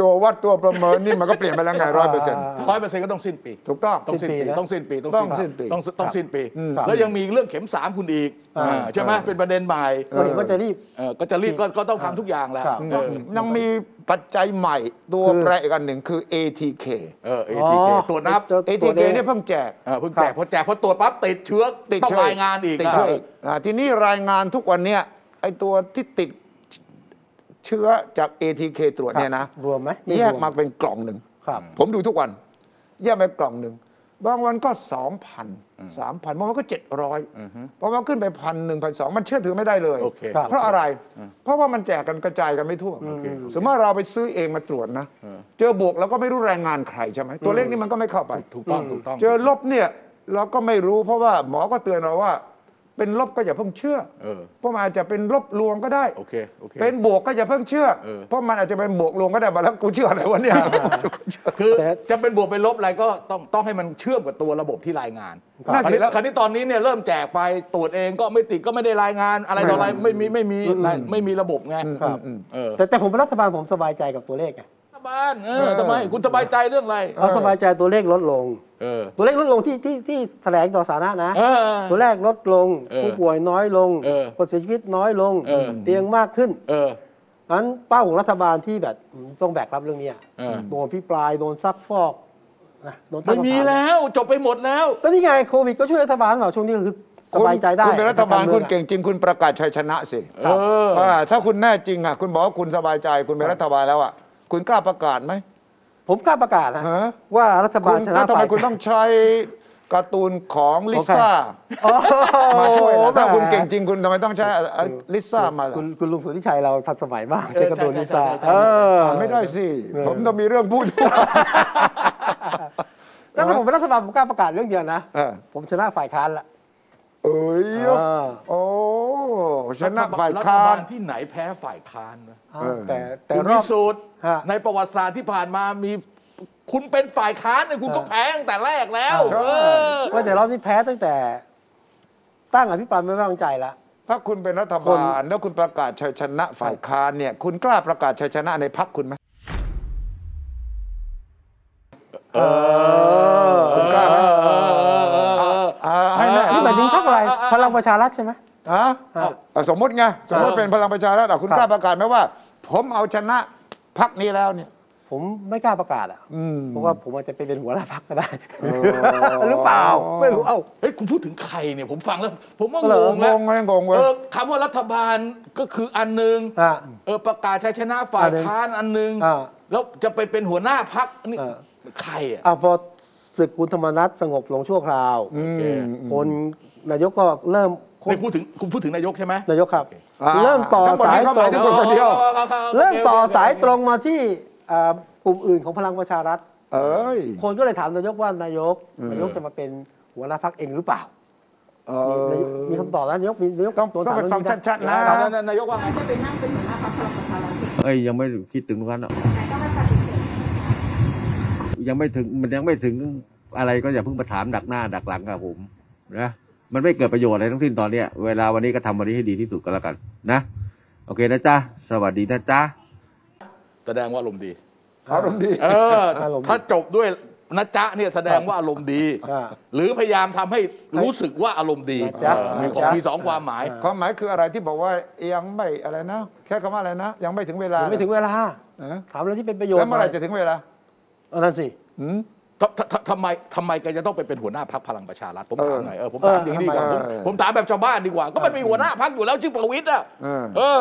ตัววัดตัวประเมินนี่มันก็เปลี่ยนไปแล้วไงร้อยเปอร์เซ็นต์
ร้อยเปอร์เซ็นต์ก็ต้องสิ้นปี
ถูกต้อง
ต้องสิ้นปี
สิ้นปีนะ
ต้
ต้
องสิ้นปี ต้อง
องสิ้นปี
ต้องต้องสิ้นปี
อืม
แล้วยังมีเรื่องเข็มสามคุณอีก
อ่า
อ่าใช่ไหม
เออ
เป็นประเด็นใหม่
วันนี้ก็จะรีบ
เออก็จะรีบก็ก็ต้องทำทุกอย่างแหล้ว
ครับ
เออ
ยังมีปัจจัยใหม่ตัวแปรอีกอันหนึ่งคือ ATK
เออ ATK ตรวจนับ
อ๋อ
ATK เนี่ยเพิ่งแจก
เออเพิ่งแจกพอแจกพอตรวจปั๊บติดเชื้อ
ติด
ต้อง
เชื้อ
รายงานอีก
ติดเชื้อ
เอ
อี
อก
าทีนี้รายงานทุกวันเนี่ยไอตัวที่ติดเชื้อจาก ATK ตรวจเนี่ยนะ
รวมไหม
แยกมาเป็นกล่องหนึ่ง
ครับ
ผมดูทุกวัน แยกเป็นกล่องหนึ่ง บางวันก็สองพันสามพันบางวันก็เจ็ดร้อยบางวันขึ้นไปพันหนึ่งพันสองมันเชื่อถือไม่ได้เลย
โอเค
เพราะอะไร เพราะว่ามันแจกกันกระจายกันไม่ทั่ว สมมติว่าเราไปซื้อเองมาตรวจนะ เจอบวกเราก็ไม่รู้แรงงานใครใช่ไหม ตัวเลขนี้มันก็ไม่เข้าไป
ถูกต้อง ถูกต้อง
เจอลบเนี่ยเราก็ไม่รู้เพราะว่าหมอก็เตือนเราว่า เป็นลบก็อย่าเพิ่งเชื่อ
เออ
เพราะมันอาจจะเป็นลบลวงก็ได้
โอเคโอเค
เป็นบวกก็อย่าเพิ่งเชื่อ
เออ
เพราะมันอาจจะเป็นบวกลวงก็ได้บาแล้วกูเชื่ออะไรวะเนี่ย
คือ
แต่
จะเป็นบวกเป็นลบอะไรก็ต้องต้องให้มันเชื่อมกับตัวระบบที่รายงาน
ครับ
คราวนี้
แล้ว
คราวนี้ตอนนี้เนี่ยเริ่มแจกไปตรวจเองก็ไม่ติดก็ไม่ได้รายงานอะไรต่ออะไรไม่มีไม่มีไม่มีไม่มีระบบไง
ครับอืม
เออ
แต่แต่ผมเป็นรัฐบาลผมสบายใจกับตัวเลขไง
รัฐบาลเออทำไมคุณสบายใจเรื่องอะไร
เราสบายใจตัวเลขลดลง
เออ
ตัวเลขลดลงที่ที่ที่แถลงต่อสาธารณะนะ
เออ
ตัวแรกลดลง
เออ
ผู้ป่วยน้อยลง
เออ
คนเสียชีวิตน้อยลง
เออ
เตียงมากขึ้น
เออ
นั้นเป้าของรัฐบาลที่แบบอืมต้องแบกรับเรื่องเนี้ย
เออ
โดนพิปรายโดนซับฟอกนะโดนตั้
ไม่
งคำถา
มีแล้วจบไปหมดแล้ว
ก็นี่ไงโควิดก็ช่วยรัฐบาลเปล่าช่วงนี้คือสบายใจได้
คุณเป็นรัฐบาล
ทง
คุณ
มืออะ
เก่งจริงคุณประกาศชัยชนะสิ
เออ
เออถ้าคุณแน่จริงอ่ะคุณบอกว่าคุณสบายใจคุณเป็นรัฐบาลแล้วอ่ะคุณกล้าประกาศไหม
ผมกล้าประกาศนะ
ฮะ
ว่ารัฐบา
คุ
ล
ณ
ชนะ
ถ้าทำไม
ฝ่าย
คุณต้องใช้การ์ตูนของลิซ่า
โอ้โห
มาช่วยนะถ้าคุณเก่ง
แห
จริงคุณทำไมต้องใช้เอ่อเอ่อลิซ่ามา
ม่
ล่ะ
คุณคุณลุงสุทธิชัยเราทันสมัยมาก
เออ
ใช้กระโดด
ใช่
ลิ
ใช่
ซ่า
ใช่
เออ
อ่านไม่ได้สิ
เออ
ผมต้องมีเรื่องพูดด้วย
แล้วถ้าผมเป็นรัฐบาลผมกล้าประกาศเรื่องเดียวนะ
เออ
ผมชนะฝ่ายค้านละ
เอ้ย
เออ
โอ้ชนะฝ่ายค้า
รัฐบ
น
ลที่ไหนแพ้ฝ่ายค้านนะ
เอา
เออ
แต่แต่
คุณ
รอ
วิ
บ
สูตร
ฮะ
ในประวัติศาสตร์ที่ผ่านมามีคุณเป็นฝ่ายค้านเนี่ยคุณก็
เออ
แพ้ตั้งแต่แรกแล้ว
ใช่
เออ
ว่าแต่รอบนี้แพ้ตั้งแต่ ตั้งอภิปรายไม่ไว้วางใจละ
ถ้าคุณเป็นรัฐบาลแล้วคุณประกาศชัยชนะฝ่ายค้านเนี่ย คุณกล้าประกาศชัยชนะในพรรคคุณไหมคุณกล้าไหมอ่าให้แน่
นี่หมายถึงพรรคอะไรพลังประชารัฐใช่ไหม
ฮะ
ฮะ
อ่ะสมมติไงสมมติเป็นพลังประชารัฐอ่ะคุณกล้าประกาศไหมว่า ผมเอาชนะพรรคนี้แล้วเนี่ย
ผมไม่กล้าประกาศอ่ะ
อืม
เพราะว่าผมอาจจะไปเป็นหัวหน้าพรรคก็ได้ หรือเปล่า ไม่รู้เอ้า
เฮ้ยคุณพูดถึงใครเนี่ยผมฟังแล้ว ผมว่าง
เหรอ
งง
งแล้ว
งเลยงงเว้ย
เออคำว่ารัฐบาลก็คืออันหนึ่ง
อ่ะ
เออประกาศชัยชนะฝ่าย
อันหนึ่ง
ค้านอันหนึ่ง
อ่า
แล้วจะไปเป็นหัวหน้าพักนี่
เออ
ใครอ่ะ
อ่ะพอศึกคุณธรรมนัฐสงบลงชั่วคราว
อืม
คนนายกก็เริ่ม
ไม่พูดถึงคุณพูดถึงนายกใช่ไหม
นายกครับ
อ่า
เริ่มต่อ
ทั้งหมด
สา
นี้
ย
เข้า
ต
ห
ร
มาย
ง
ถึงคนเดียว
เริ่มต่อสายตรงมาที่อ่ากลุ่มอื่นของพลังประชารัฐ
เอ้ย
คนก็เลยถามนายกว่านายก นายกจะมาเป็นหัวหน้าพักเองหรือเปล่า
เอ
มี
อ
นายกมีคำตอบแล้วนายกมีนายก
ต้อง
ว
ต้องไป
ถาม
ฟัง
เรื่นี้
ชัดๆนะ
ถามนายนายกว่าไง
เอ้ยยังไม่คิดถึงตรงนั้นหรอกยังไม่ถึงมันยังไม่ถึงอะไรก็อย่าเพิ่งมาถามดักหน้าดักหลังกับผมนะมันไม่เกิดประโยชน์อะไรทั้งสิ้นตอนเนี้ยเวลาวันนี้ก็ทำวันนี้ให้ดีที่สุดก็แล้วกันนะโอเคนะจ๊ะสวัสดีนะจ๊ะ
แสดงว่าอารมณ์ดี
อารมณ์ดี
เออ
ารมณ์ดี
ถ้าจบด้วยนะจ๊ะเนี่ยแสดงว่าอารมณ์ดี
อ่า
หรือพยายามทำให้รู้สึกว่าอารมณ์ดี
นะจ๊ะ
เออมี
นะจ๊ะ
มีสองความหมาย
ความหมายคืออะไรที่บอกว่ายังไม่อะไรนะ แค่คำว่าอะไรนะ ยังไม่ถึงเวลา
ยังไม่ถึงเวลา
เออ
ถามอะไรที่เป็นประโยชน์
แล้วเมื่อไหร่จะถึงเวลา
เออนั่นสิ
หืม
ทำทำทำทำไมทำไมแกจะต้องไปเป็นหัวหน้าพักพลังประชารัฐผมถามหน่อยเออผม
เออ
ถามอย่างนี้ดีกว่า
ทำไม
ผม
เออ
ผมถามแบบชาวบ้านดีกว่า ก็มันมีหัวหน้าพักอยู่แล้วชื่อประวิตยอ่ะ
เออ
เออ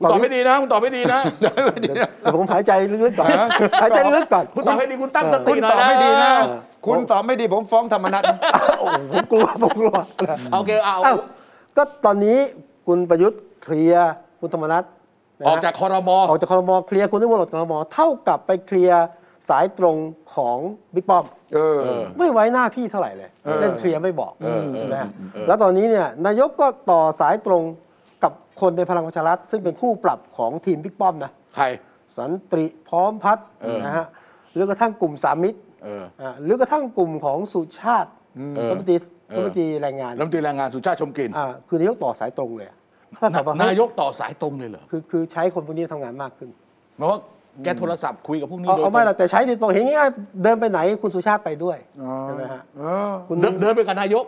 คุณตอบไม่ดีนะคุณตอบไม่ดีนะ
แต่ผมหายใจลึกๆก่อน
ฮะ
หายใจลึกๆก่อน
คุณตอบไม่ดีคุณตั้งส
คุ
ติ
ณ
หน่
ต
ย
อบไม่ดีนะ
เออ
คุณตอบไม่ดีผมฟ้องธรรมนัตนะ
โอ้โหผมกลัวผมกลัวนะ
โอเคเอา
อ้าวก็ตอนนี้คุณประยุทธ์เคลียร์คุณธรรมนัฐนะฮะ
ออกจากคอรมอ
ออกจากคอรมอเคลียร์คุณนิวรณ์คอรมอเท่ากับไปเคลียร์สายตรงของบิ๊กป้อม
เออ
ไม่ไว้หน้าพี่เท่าไหร่เลย
เออ
เล่นเคลียร์ไม่บอก
เออเอ
ใช่
อ
ไหมฮะ
เออ
แล้วตอนนี้เนี่ยนายกก็ต่อสายตรงกับคนในพลังประชารัฐซึ่งเป็นคู่ปรับของทีมบิ๊กป้อมนะ
ใคร
สันติพร้อมพัฒน์
เออ
นะฮะหรือกระทั่งกลุ่มสามมิตร
เออ
อ่าหรือกระทั่งกลุ่มของสุชาติ
เออ
รัฐมนตรี
เออ
รัฐมนตรีแรงงาน
รัฐมนตรีแรงงานสุชาติชมกลิ่น
อ่าคือนายกต่อสายตรงเลยอะถ้าถามว่เฮ้
นายกต่อสายตรงเลยเหรอ
คือคือใช้คนพวกนี้ทำงานมากขึ้น
หมายว่าแกโทรศัพท์คุยกับพวกนี้
เอา
โดย
เอา
ตร
ไม่
ง
หรอกแต่ใช้ในตรงเห็นง่ายๆเดินไปไหนคุณสุชาติไปด้วย
อ๋อ
ใช่ไหมฮะ
เออ
คุณ
เดินเดินไปกับนายก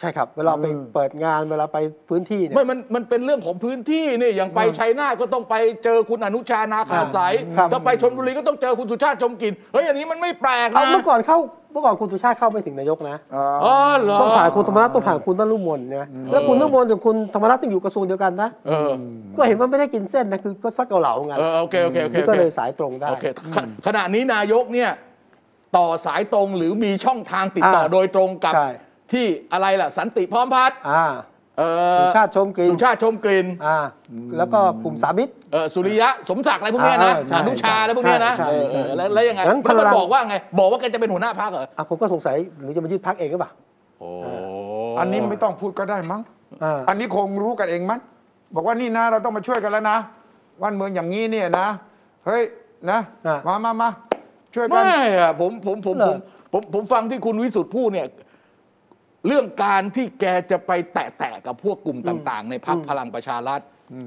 ใช่ครับเวลาไป
อืม
เปิดงานเวลาไปพื้นที่เนี่
ไม่
ย
มัน มันเป็นเรื่องของพื้นที่นี่ อย่างไปชัยนาทก็ต้องไปเจอคุณอนุชานาคาใส
ครับ
ถ้าไปชลบุรีก็ต้องเจอคุณสุชาติชมกลิ่น เฮ้ย อันนี้มันไม่แปลก
เอา
นะ
เมื่อก่อนเข้าเมื่อก่อนคุณสุชาติเข้าไปถึงนายกนะ
อ๋อ
อ๋อเหรอ
ต้องผ่านคุณธรรมนัฐต้องผ่านคุณต้นรุ่มมนนะแล้วคุณรุ่มมนกับคุณธรรมนัฐต้องอยู่กระทรวงเดียวกันนะ
เออ
ก็เห็นว่าไม่ได้กินเส้นนะคือก็ซักเกาเหลากัน
เออ โอเค โอเค โอเค
นี่
โอ
ก็
เค
เลยสายตรงได้
โอเคขณะขณะนี้นายกเนี่ย ต่อสายตรงหรือมีช่องทางติดต่อ
อ่า
โดยตรงกับ
ใช่
ที่อะไรล่ะ สันติพร้อมพัฒน์
อ่า
เออ
สุชาติชมกลิ่น
สุชาติชมกลิ่น
อ่าแล้วก็กลุ่มสามิตร
เออสุริยะสมศักดิ์อะไรพวกเนี้ยนะ
อ่าใช่
อนุชาอะไรพวกเนี้ยนะ
ใช่
เอ
ใช่
อเออแล้วแล้วยังไง
งั้นพลั
แล้
ง
วมันบอกว่าไง บอกว่าแกจะเป็นหัวหน้าพรรคเหรอ
อ่ะผมก็สงสัยหรือจะมายืดพักเองหรือเปล่า
โอ้
อันนี้ไม่ต้องพูดก็ได้มั้ง
อ่า
อันนี้คงรู้กันเองมั้งบอกว่านี่นะเราต้องมาช่วยกันแล้วนะวันเมืองอย่างนี้เนี่ยนะ เฮ้ยนะ
อ่ะ
มามามาช่วยกัน
ไม่อะผมผมผม
เหร
ผ
อ
มผมผมฟังที่คุณวิสุทธ์พูดเนี่ยเรื่องการที่แกจะไปแตะแตะกับพวกกลุ่มต่าง ๆ ในพรรคพลังประชารัฐ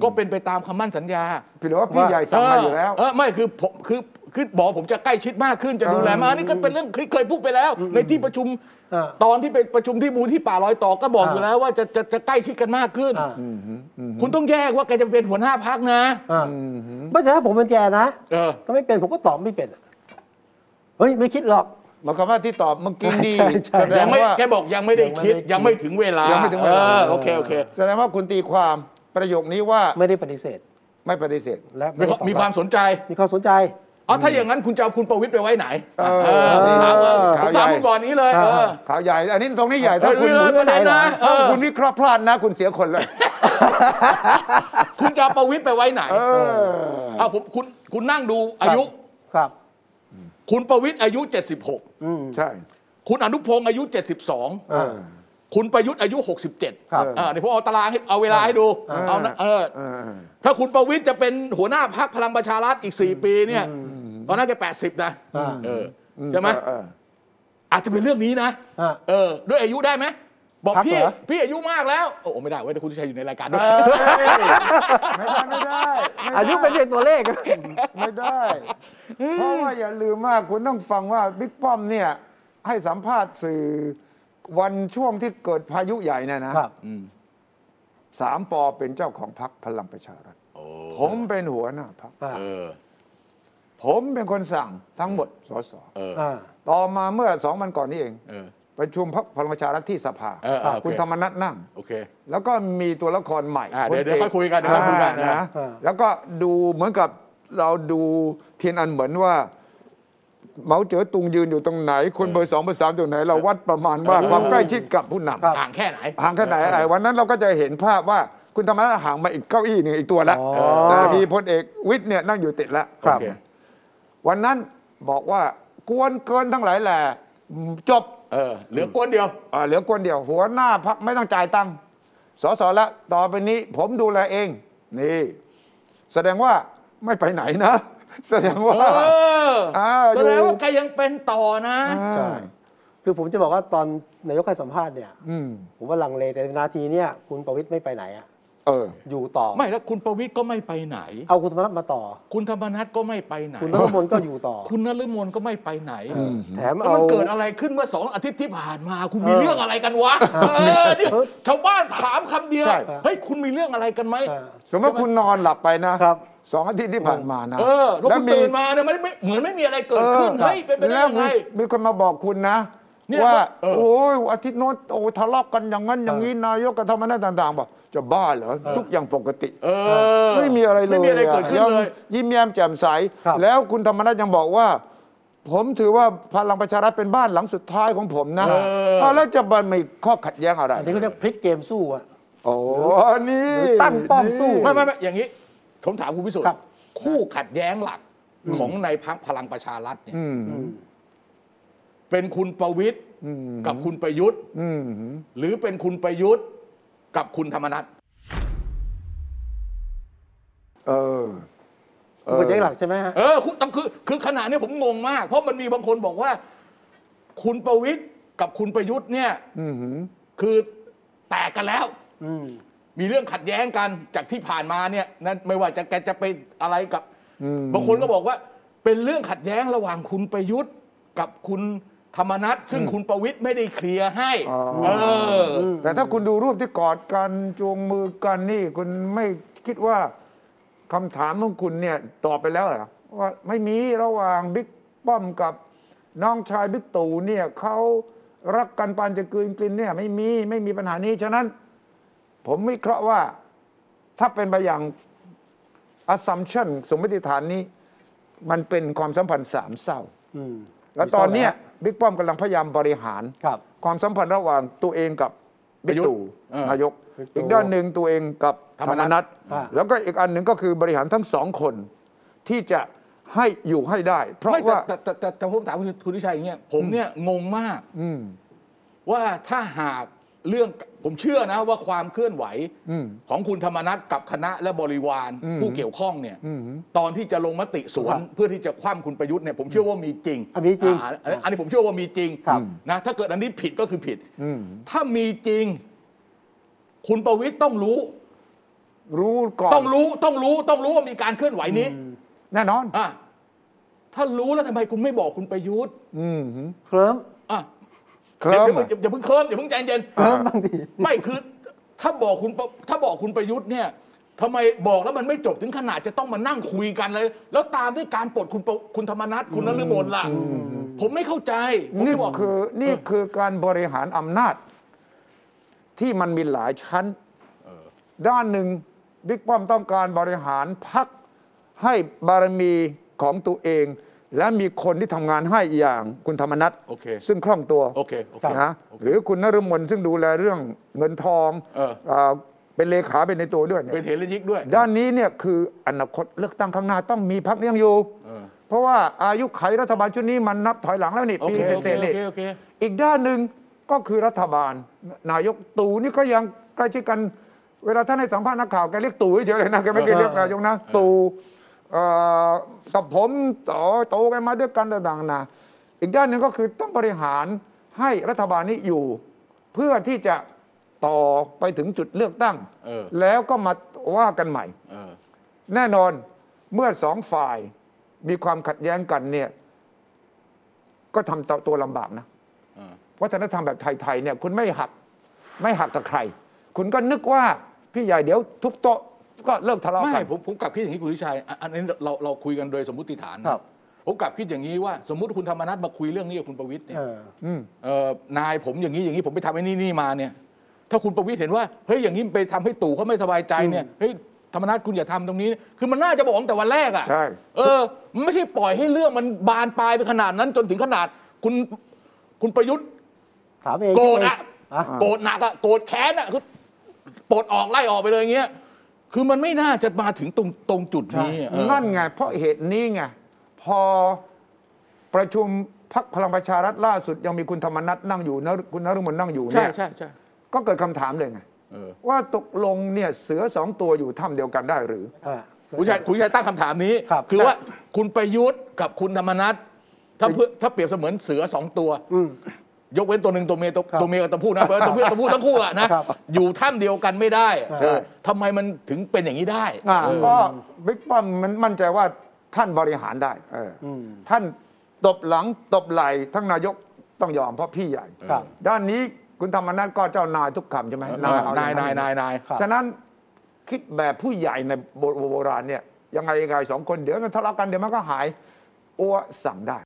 ก็เป็นไปตามคำมั่นสัญญา
พี่เหลือว่าพี่ใหญ่สั่งมาอยู่แล้ว
เออไม่คือผมคือคือบอกผมจะใกล้ชิดมากขึ้นจะดูแลมากอันนี่ก็เป็นเรื่องเคยเคยพูดไปแล้ว ในที่ประชุม
อ่า
ตอนที่ไปประชุมที่มูลที่ป่าลอยต่อก็บอก
อ่า
อยู่แล้วว่าจะจะจะใกล้ชิดกันมากขึ้น
อ่า
คุณต้องแยกว่าแกจะเป็นหัวหน้าพักนะ
อ่าไม่ใช่ถ้าผมเป็นแกนะ
เออ
ถ้าไม่เป็นผมก็ตอบไม่เป็นอะเฮ้ยไม่คิดหรอก
หมายความว่าที่ตอบเมื่อกี้นี่
ใช่ใช่
แสด
ยัง งไม่
ว่า
แกบอกยังไม่ได้คิดยังไม่ถึงเวลายัง
ไม่ถึงเวลา
ออโอเคโอเค
แสดงว่าคุณตีความประโยคนี้ว่า
ไม่ได้ปฏิเสธ
ไม่ปฏิเสธ
และ
มี
ไได้ตอบรับ
มีความสนใจ
มีความสนใจ
อ๋อถ้าอย่างนั้นคุณจะเอาคุณประวิตยไปไว้ไหน
เออ
ผมถามว่าผ
ข่าว
ม
ใหญ่
ถามคุณก่อนนี้เลยเออ
ข่าวใหญ่ อันนี้ตรงนี้ใหญ่ถ้าคุณ
เออเรื่องประเด็นนะเอ
ถ้า
อ
คุณวิเคราะห์พลาดนะ คุณเสียคนเลย
คุณจะเอาประวิตยไปไว้ไหน
เออ
เอาผมคุณคุณนั่งดูอายุ
ครับ
คุณประวิตยอายุ
อืม
ใช่
76 คุณอนุพงศ์อายุ 72
เออ
คุณประยุทธ์อายุ 67
ครับ
อ่าเดี๋ยวผมเอาตารางให้เอาเวลาให้ดู
เออ
เอานะเออ
เออ
ถ้าคุณประวิทย์จะเป็นหัวหน้าพักพลังประชารัฐอีก 4 ปีเนี่ยตอนนั้นแก80 นะ
อ่า
เออใช่ไหม
เออ
อาจจะเป็นเรื่องนี้นะ
อ่า
เออ ด้วยอายุได้ไหมบอก
พัก
พี่
เหรอ
พี่อายุมากแล้ว โอ้ไม่ได้เว้ยเดี๋ยวคุณชัยอยู่ในรายการด้วย
ไม่ได้ไม่ได้ไม่ได้
อายุเป็นเพียงตัวเลข
ไม่ได้ เพราะว่าอย่าลืมว่าคุณต้องฟังว่าบิ๊กป้อมเนี่ยให้สัมภาษณ์สื่อวันช่วงที่เกิดพายุใหญ่เนี่ยนะครับ สามปอเป็นเจ้าของพรรคพลังประชารัฐผมเป็นหัวหน้าพรรค
อ่า
เออ
ผมเป็นคนสั่งทั้งหมดสส
อ่า
ต่อมาเมื่อสองวันก่อนนี่เอง
เออ
ประชุมพรรคพลังประชารัฐที่สภา
เออเออโอเค
คุณธรรมนัฐนั่ง
โอเค
แล้วก็มีตัวละครใหม่
อ่าเดี๋ย
ณ
วเดี๋ยวค่อยคุยกันเดี๋ยวค่อยคุยกันนะ
อ่า
อ่า
แล้วก็ดูเหมือนกับเราดูเทียนอันเหมือนว่าเหมาเจ๋อตุงยืนอยู่ตรงไหน คนเบอร์สองเบอร์สามอยู่ไหน เราวัดประมาณว่าความใกล้ชิดกับผู้นำ
ห่างแค่ไหน
ห่างแค่ไหนไอ้วันนั้นเราก็จะเห็นภาพว่าคุณธรรมนัฐห่างมาอีกเก้าอี้หนึ่งอีกตัวละ
อ๋อ
แต่มีพลเอกวิทย์เนี่ยนั่งอยู่ติดละ
ครับ
โอเค
วันนั้นบอกว่ากวนเกินทั้งหลายแหละจบ
เออ เหลือก้นเดียว
อ่าเหลือคนเดียวหัวหน้าพักไม่ต้องจ่ายตังค์สอสอละต่อไปนี้ผมดูแลเอง นี่ แสดงว่าไม่ไปไหนนะ แสดงว่า
เออ
อ่าอ
แส
ยู่
ดงว่าแกยังเป็นต่อนะ
ใช่
คือผมจะบอกว่าตอนนายกให้สัมภาษณ์เนี่ย
อืม
ผมว่าลังเลแต่นาทีเนี่ยคุณประวิตยไม่ไปไหนอะ
เออ
อยู่ต่อ
ไม่แล้วคุณประวิตยก็ไม่ไปไหน
เอาคุณธรรมนัฐมาต่อ
คุณธรรมนัฐก็ไม่ไปไหน
คุณนรมนก็อยู่ต่อ
คุณนฤมลก็ไม่ไปไหน
แถม
แล้ว
เอา
มันเกิดอะไรขึ้นเมื่อสองอาทิตย์ที่ผ่านมา คุณมี
เออ
เรื่องอะไรกันวะเออนี่
เออ
ชาวบ้านถามคำเดียว
ใช่
เฮ้ยคุณมีเรื่องอะไรกันไหม
เออ
สมมติว่าคุณนอนหลับไปนะครับ สองอาทิตย์ที่ผ่านมานะ
เออแล้วคุณ
มี
ตื่นมาเนี่ยไม่ได้ไม่เหมือนไม่มีอะไรเกิดขึ้นเฮ้ยเป็นไปได้
แล้ว
ยัง
มี
ไง
มีคนมาบอกคุณนะ
เนี่ย
ว่า
เออ
โอ้ยอาทิตย์โน้นโอ้ทะเลาะกันอย่างนั้นอย่างนี้นายกกับธรรมนัฐต่างๆบอกจะบ้าเหรอทุกอย่างปกติ
เออ
ไม่มีอะไรเลย
ไม่มีอะไรเกิดขึ้น
อะ
เลย
งยิ้มแย้มแจ่มใส
ครับ
แล้วคุณธรรมนัฐยังบอกว่า ผมถือว่าพลังประชารัฐเป็นบ้านหลังสุดท้ายของผมนะ
เออ
เอาแล้วจะมันมีข้อขัดแย้งอะไร
อันนี้เขาเรียกพลิกเกมสู้อะ
โอ้นี่
หรือตั้งป้อมสู้
ไม่ไม่ไม่อย่างนี้ผมถามคุณพิสุทธิ์
ครับ
คู่ขัดแย้งหลักของในพักพลังประชารัฐเนี่ย
อืม
เป็นคุณประวิตย์
อืม
กับคุณประยุทธ์
อืม
หรือเป็นคุณประยุทธ์กับคุณธรรมนัฐ
เออ
คุณประเจ๊หลักใช่ไหมฮะ
เออคุณต้องคือคือขณะเนี้ยผมงงมาก เพราะมันมีบางคนบอกว่า คุณประวิทย์กับคุณประยุทธ์เนี่ย
อืม
คือแตกกันแล้ว
อืม
มีเรื่องขัดแย้งกันจากที่ผ่านมาเนี่ยนั่นไม่ว่าจะแกจะไปอะไรกับ
อืม
บางคนก็บอกว่า เป็นเรื่องขัดแย้งระหว่างคุณประยุทธ์กับคุณธรรมนัฐซึ่งคุณประวิทย์ไม่ได้เคลียร์ให้ เอออ
แต่ถ้าคุณดูรูปที่กอดกันจูงมือกันนี่ คุณไม่คิดว่าคำถามของคุณเนี่ยตอบไปแล้วเหรอว่าไม่มีระหว่างบิ๊กป้อมกับน้องชายบิ๊กตู่เนี่ยเขารักกันปานจะกลืนกลินเนี่ย ไม่มีไม่มีปัญหานี้ฉะนั้น ผมวิเคราะห์ว่า ถ้าเป็นไปอย่าง assumption สมมติฐานนี้ มันเป็นความสัมพันธ์สามเศร้า
อืม
แล้วตอนเนี้ยบิ๊กป้อมกำลังพยายามบริหาร
ครับ
ความสัมพันธ์ระหว่างตัวเองกับ
ป
บิ๊
ระ
ก
ยุทธ์
ตู่
เออน
ายก
บิ๊กตู่
อีกด้านหนึ่งตัวเองกับธ
ธร
ร
ร
ร
ม
ม
นั
นั
ส
ฐ
อ่า
แล้วก็อีกอันหนึ่งก็คือบริหารทั้งสองคน ที่จะให้อยู่ให้ได้ เพราะ
ไม่แต่
ว่า
แต่แต่แต่แต่ผมถามคุณคุณทิชัยอย่างเงี้ยผมเนี่ยงงมาก
อืม
ว่าถ้าหาก เรื่องผมเชื่อนะว่าความเคลื่อนไหว
อืม
ของคุณธรรมนัฐกับคณะและบริวาร
อืม
ผู้เกี่ยวข้องเนี่ย
อืม
ตอนที่จะลงมติสวน
ครับ
เพื่อที่จะคว่ำคุณประยุทธ์เนี่ยผมเชื่อว่ามีจริง
อ่ะมีจริง
อ่าอันอันนี้ผมเชื่อว่ามีจริง
ครับ
นะถ้าเกิดอันนี้ผิดก็คือผิด
อืม
ถ้ามีจริง คุณประวิทย์ต้องรู้
รู้ก่อน
ต้องรู้ต้องรู้ต้องรู้ว่ามีการเคลื่อนไหวนี้
แน่นอน
อ่ะถ้ารู้แล้วทำไมคุณไม่บอกคุณประยุทธ์
อืม
เคลิ้ม
อ่ะ
เคลิ้ม
อย่า
อะ
อย่าอย่าเพิ่งเคลิ้มอย่าเพิ่งใจเย็น
เคลิ้มบางที
ไม่คือถ้าบอกคุณประถ้าบอกคุณประยุทธ์เนี่ยทำไมบอกแล้วมันไม่จบถึงขนาดจะต้องมานั่งคุยกันเลย แล้วตามด้วยการปลดคุณประคุณธรรมนัฐคุณนฤมลล่ะผมไม่เข้าใจผม
นี่
จะบอก
คือนี่คือการบริหารอำนาจ ที่มันมีหลายชั้น ด้านหนึ่งบิ๊กป้อมต้องการบริหารพักให้บารมีของตัวเอง และมีคนที่ทำงานให้อย่างคุณธรรมนัฐ
โอเค
ซึ่งคล่องตัว
โอเคโอเค
นะหรือคุณนรมนซึ่งดูแลเรื่องเงินทอง
เออ
เอ่อเป็นเลขาเป็นในตัวด้วยเนี่ย
เป็นเหตุยิกด้วย
ด้านนี้เนี่ยคืออนาคตเลือกตั้งข้างหน้าต้องมีพักเลี้ยงอยู่
เออ
เพราะว่าอายุไขรัฐบาลชุดนี้มันนับถอยหลังแล้วนี่
โอ
ปี
เคโอ
เศ
เค
ษๆ
โอ
นี่
เคโอเค
อีกด้านหนึ่งก็คือรัฐบาล นายกตู่นี่ก็ยังใกล้ชิดกัน เวลาท่านให้สัมภาษณ์นักข่าวแกเรียกตู่เฉยๆเลยนะแกไม่เคยเรียกนายกนะตู่เอ่อกับผมโตโตกันมาด้วยกันต่างๆนะอีกด้านหนึ่งก็คือต้องบริหารให้รัฐบาลนี้อยู่ เพื่อที่จะต่อไปถึงจุดเลือกตั้ง
เออ
แล้วก็มาว่ากันใหม่
เออ
แน่นอนเมื่อสองฝ่ายมีความขัดแย้งกันเนี่ยก็ทำตัวลำบากนะ
เออ
วัฒนธรรมแบบไทยๆเนี่ยคุณไม่หักไม่หักกับใคร คุณก็นึกว่าพี่ใหญ่เดี๋ยวทุบโต๊ะก็เลิกทะเลาะกั
ไม่
น
ผมผมกลับคิดอย่างนี้คุณวิชัยอ่ะอันนี้เราเราคุยกันโดยสมมติฐานนะครับ ผมกลับคิดอย่างนี้ว่า สมมติคุณธรรมนัฐมาคุยเรื่องนี้กับคุณประวิทย์เนี่ย
เออ
อืม
เอ่อนายผมอย่างนี้อย่างนี้ผมไปทำไอ้นี่นี่มาเนี่ย ถ้าคุณประวิทย์เห็นว่าเฮ้ยอย่างนี้ไปทำให้ตู่เขาไม่สบายใจเนี่ยเฮ้ยธรรมนัฐคุณอย่าทำตรงนี้ คือมันน่าจะบอกตั้งแต่วันแรกอ่ะ
ใช่
เออมันไม่ใช่ปล่อยให้เรื่องมันบานปลายไปขนาดนั้นจนถึงขนาดคุณคุณประยุทธ์
ถามเอง
โกรธอะ
เอง
โกรธหนักอะโกรธแค้นอะคือปลดออกไล่ออกไปเลยอย่างเงี้ยคือมันไม่น่าจะมาถึงตรงตรงจุดนี้อะเออ
นั่นไง เพราะเหตุนี้ไง พอประชุมพักพลังประชารัฐล่าสุดยังมีคุณธรรมนัฐนั่งอยู่นะคุณนรุมนนั่งอยู่
ใช่
เนี่ย
ใช่ใช่
ก็เกิดคำถามเลยไง
เออ
ว่าตกลงเนี่ยเสือสองตัวอยู่ถ้ำเดียวกันได้หรือ
อ่ะ
คุณชัยคุณชัยตั้งคำถามนี้
ครับ
อว่าคุณประยุทธ์กับคุณธรรมนัฐถ้าเพื่อถ้าเปรียบเสมือนเสือสองตัว
อืม
ยกเว้นตัวหนึ่งตัวเมียตัว
ครับ
ตัวเมียกับตัวผู้นะเพราะว่าตัวเมียตัวผู้ทั้งคู่อะนะครับ อยู่ถ้ำเดียวกันไม่ได้อะ
ใช่
เออทำไมมันถึงเป็นอย่างนี้ได้
อ่า
เออ
ก็บิ๊กป้อมมันมั่นใจว่าท่านบริหารได้เอออ
อืม
ท่านตบหลังตบไหล่ทั้งนายกต้องยอมเพราะพี่ใหญ่
ครับ
ด้านนี้คุณธรรมนัฐก็เจ้านายทุกคำใช่ไหม
นาย
เอ
นา
อย
นายนายนาย
ครับ
ฉะนั้นคิดแบบผู้ใหญ่ในโบโบราณเนี่ยยังไงยังไงสองคนเดี๋ยวกันทะเลาะกันเดี๋ยวมันก็หายอ้วสั่งได้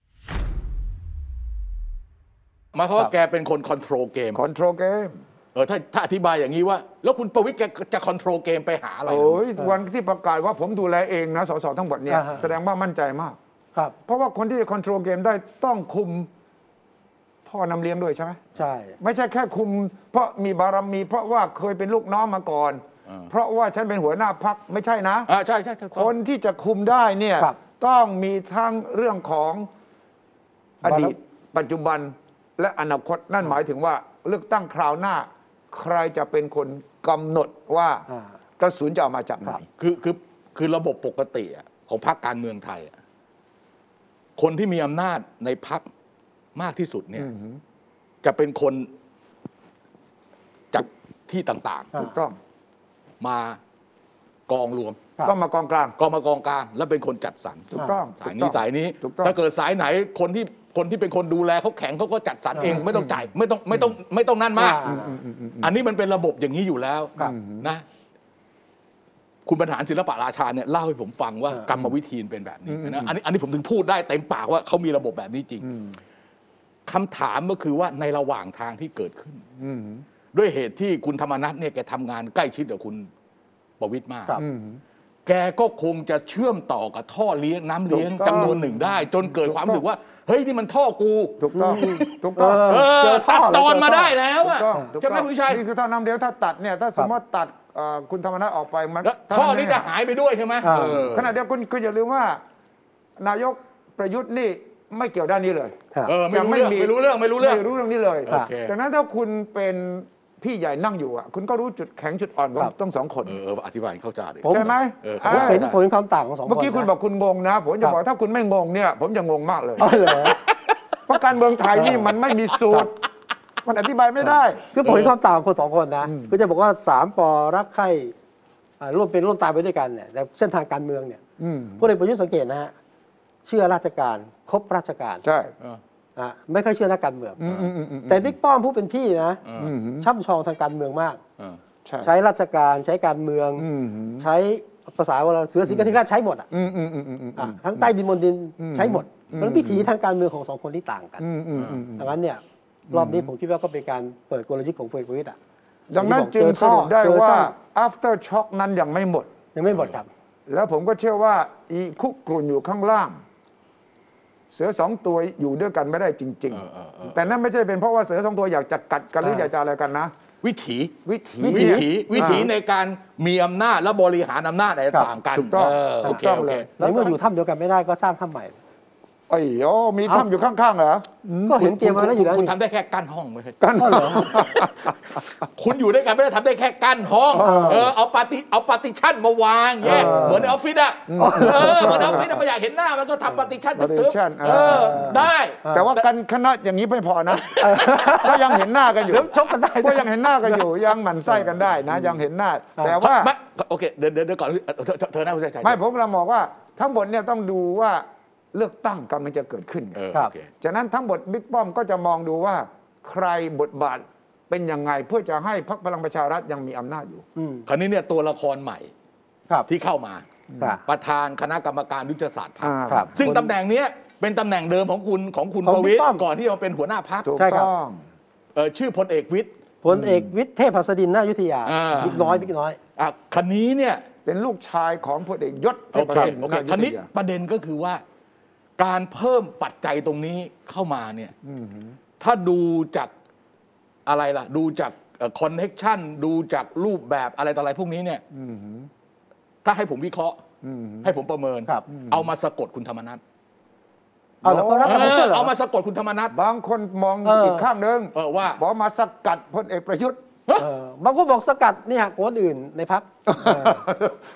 หมายความว่าแกเป็นคนคอนโทรลเกม
คอนโทรเกม
เออถ้าถ้าอธิบายอย่างนี้ว่า แล้วคุณประวิทย์แกจะคอนโทรลเกมไปหาอะไร
โอ้ยวันที่ประกาศว่าผมดูแลเองนะสสทั้งหมดเนี่ย
อ่าฮะ
แสดงว่ามั่นใจมาก
ครับ
เพราะว่าคนที่จะคอนโทรลเกมได้ต้องคุมพ่อนำเลี้ยงด้วยใช่ไหม
ใช่
ไม่ใช่แค่คุม เพราะมีบารมี เพราะว่าเคยเป็นลูกน้องมาก่อน เพราะว่าฉันเป็นหัวหน้าพักไม่ใช่นะ
อ่าใช่ใช่ใช่
คนที่จะคุมได้เนี่ย
ครับ
ต้องมีทั้งเรื่องของอบ
ารมี
ดีต ปัจจุบันและอนาคตนั่นหมายถึงว่าเลือกตั้งคราวหน้า ใครจะเป็นคนกำหนดว่า
อ่า
กระสุนจะเอามาจากไหน
คือคือคือระบบปกติอะของพรรคการเมืองไทยอะคนที่มีอำนาจในพรรคมากที่สุดเนี่ยจะเป็นคนจากที่ต่างๆ
อ่า
ถูกต้อง
มากองรวม
ครับ
ต้องมากองกลาง
กองมากองกลางแล้วเป็นคนจัดสรร
ถูกต้อง
สาย
ถู
นี้
กต้อง
สายนี้
ถูกต้อง
ถ้าเกิดสายไหนคนที่คนที่เป็นคนดูแลเขาแข็งเขาก็จัดสรรเองไม่ต้องจ่ายไม่ต้องไม่ต้องไม่ต้องนั่นมาก
อ่า
อันนี้มันเป็นระบบอย่างนี้อยู่แล้ว
ครับ
นะ คุณบรรหารศิลปะราชาเนี่ยเล่าให้ผมฟังว่า
อ่าก
รรมวิธีมันเป็นแบบนี้นะอันนี้อันนี้ผมถึงพูดได้เต็มปากว่าเขามีระบบแบบนี้จริงคำถามก็คือว่าในระหว่างทางที่เกิดขึ้นด้วยเหตุที่คุณธรรมนัฐเนี่ยแกทำงานใกล้ชิดกับคุณประวิตยมาก
ครับ
แกก็คงจะเชื่อมต่อกับท่อเลี้ยงน้ำเลี้ยง
ถูกต้อ
จำ
ง
นวนหนึ่งได้ จนเกิดความรู้สึกว่า เฮ้ย นี่มันท่อกู
ถูกต้องถูก
เออ
ต้อง
เอ
เจ
อ
อท่
ตั
อ
ด
เลย
ตอนมา
เจท่
ได้แล้วอะ
ถูกต้อง
ใช่ไหมคุณชัย
นี่คือท่าน้ำเดียวถ้าตัดเนี่ยถ้าสมมติว่าตัดเอ่อคุณธรรมนัฐออกไปมัน
แล้ว
า
ท่อนี้
ำเย
จะหายไปด้วยใช่ไหม
อ่า
เออ
ขณะเดียวกันคุณอย่าลืมว่า นายกประยุทธ์นี่ไม่เกี่ยวด้านนี้เลย
ครับ
เออไม่รู้เรื่องไม่รู้เรื่องไม่รู้
ไม่รู้
เรื่อง
เรื่องนี้เลย
โอเค
ดังนั้นถ้าคุณเป็น พี่ใหญ่นั่งอยู่อ่ะคุณก็รู้จุดแข็งจุดอ่อนขอ
ครั
ง
บ
ต้องสองคน
เออเอออธิบายให้เข้าใจดิ
ผม
ใช่ไหม
เออ
อ่า
ผมเห็นผลความต่างของสองคน
เมื่อกี้คุณ
นะ
บอกคุณงงนะ ผม
ครั
จะ
บ
บอกถ้าคุณไม่งงเนี่ย ผมจะงงมากเลย
อ๋อเหร อ
เพราะการเมืองไทยนี่มันไม่มีสูตร มันอธิบายไม่ได้
คือผมเห็นความต่างของคนสองคนนะ
อืม
ก็จะบอกว่าสามปอรักใคร่อ่าร่วมเป็นร่วมตายไปด้วยกันเนี่ยแต่เส้นทางการเมืองเนี่ย
อืม
พลเอกประยุทธ์สังเกตนะฮะเชื่อราชการครบราชการ
ใช่
เออ
นะไม่ค่อยเชื่อนักการเมือง
อืมอืมอืมอืม
แต่บิ๊กป้อมผู้เป็นพี่นะ
เอ
อื
อ
ม
ช่ำชองทางการเมืองมาก
เออ
ใช่
ใช้ราชการใช้การเมือง
อืม
ใช้ภาษาเวลาเสือสิงห์กระทิงราชใช้หมดอ่ะ
อืมอืมอืมอืมอืม
อ่ะทั้งใต้ดินบนดิน
อืม
ใช้หมด
อืม
มันวิถีทางการเมืองของสองคนที่ต่างกัน
อืมอืมอืม
ดังนั้นเนี่ยรอบนี้ผมคิดว่าก็เป็นการเปิดกลยุทธ์ของพลเอกประยุทธ์อ่ะ
ดังนั้นจึงสรุปได้
เจอ
ว่า
ช่อง
after shock นั้นยังไม่หมด
ยังไม่หมดครับ
แล้วผมก็เชื่อว่าอีคุกกลุ่นอยู่ข้างล่าง เสือสองตัวอยู่ด้วยกันไม่ได้จริง
เออเออเออ
ๆ แต่นั่นไม่ใช่เป็นเพราะว่าเสือสองตัวอยากจะกัดกันหรืออยากจะอะไรกันนะ
วิถี
วิถี
วิ
เนี่ย
ถีวิถี
อ่า
ในการมีอำนาจและบริหารอำนาจใน
ครับ
ต่างกัน
ถูกต้อง
เ
ถู
โอก เค
ต้อง
โอ
เล
เค
ย
แล้วเมื่ออยู่ถ้ำเดียวกันไม่ได้ก็สร้างถ้ำใหม่
ไอ้โอ้มีถ้ำอยู่ข้างๆเหรอ
ก็เห็นเตรียมไว้แล้วอยู่แล้ว
คุณ
นี่
ทำได้แค่กั้นห้องไม่ใช่
กันเหรอ
คุณอยู่ด้วยกันไม่ได้ทำได้แค่กั้นห้อง
เออ
เออเอาปาติเอาปาติชันมาวางแยก
เออ
เหมือนในออฟฟิศอะ
อืม
เออเหมือนในออฟฟิศอะไม่อยากเห็นหน้ามันก็ทำปาติชันทึบ
partition
ๆเออได้
แต่ว่ากันคณะอย่างนี้ไม่พอนะก็ยังเห็นหน้ากันอยู่
แล้วชกกันได้
ก็ยังเห็นหน้ากันอยู่ ยังหมั่นไส้กันได้นะ ยังเห็นหน้า แต่ว่า
ไม่โอเคเดี๋ยวเดี๋ยวเดี๋ยวก่อนเออเธอเธอเธอหน้าคุณชัยชัย
ไม่ผมกำลังบอกว่า ทั้งหมดเนี่ยต้องดูว่าเลือกตั้งกำลังจะเกิดขึ้นไง
เออ
ครับ
โอเค
จากนั้นทั้งหมดบิ๊กป้อมก็จะมองดูว่าใครบทบาทเป็นยังไงเพื่อจะให้พรรคพลังประชารัฐยังมีอำนาจอยู่
อืม
คราวนี้เนี่ยตัวละครใหม่
ครับ
ที่เข้ามา
ครับ
ประธานคณะกรรมการยุทธศาสตร์พรรค
ครับ
ซึ่งตำแหน่งเนี้ยเป็นตำแหน่งเดิมของคุณของคุณ
ของ
ประวิ
บิ๊
ต
ก
ร
ป้อม
ก่อนที่จะมาเป็นหัวหน้าพรรค
ถูก
ใช่ครับ
ต้อง
เออชื่อพลเอกวิทย์
พลเอกวิทย์เทพหัสดินนายุทธยา
อ่า
บิ๊กน้อยบิ๊กน้อย
อ่ะคันนี้เนี่ย
เป็นลูกชายของพลเอกยศ
โอเค
ทพ
โอเค
นายุ
คั
ท
น
ธ
นี้
ยา
ประเด็นก็คือว่า การเพิ่มปัจจัยตรงนี้เข้ามาเนี่ย
อืมฮึ
ถ้าดูจากอะไรล่ะ ดูจากคอนเน็ชันดูจากรูปแบบอะไรต่ออะไรพวกนี้เนี่ย
อืมฮึ
ถ้าให้ผมวิเคราะห์
อืมฮึ
ให้ผมประเมิน
ครับ
เอามาสะกดคุณธรรมนัฐ
เอาแล้วก็
โอ้
รับการเชื่อเหรอ
เอามาสะกดคุณธรรมนัฐ
บางคนมอง
เอออี
อีกข้างหนึ่ง
เออว่า
บอกมาสกัดพลเอกประยุทธ์
เออบางคนบอกสกัดเนี่ยคนอื่นในพัก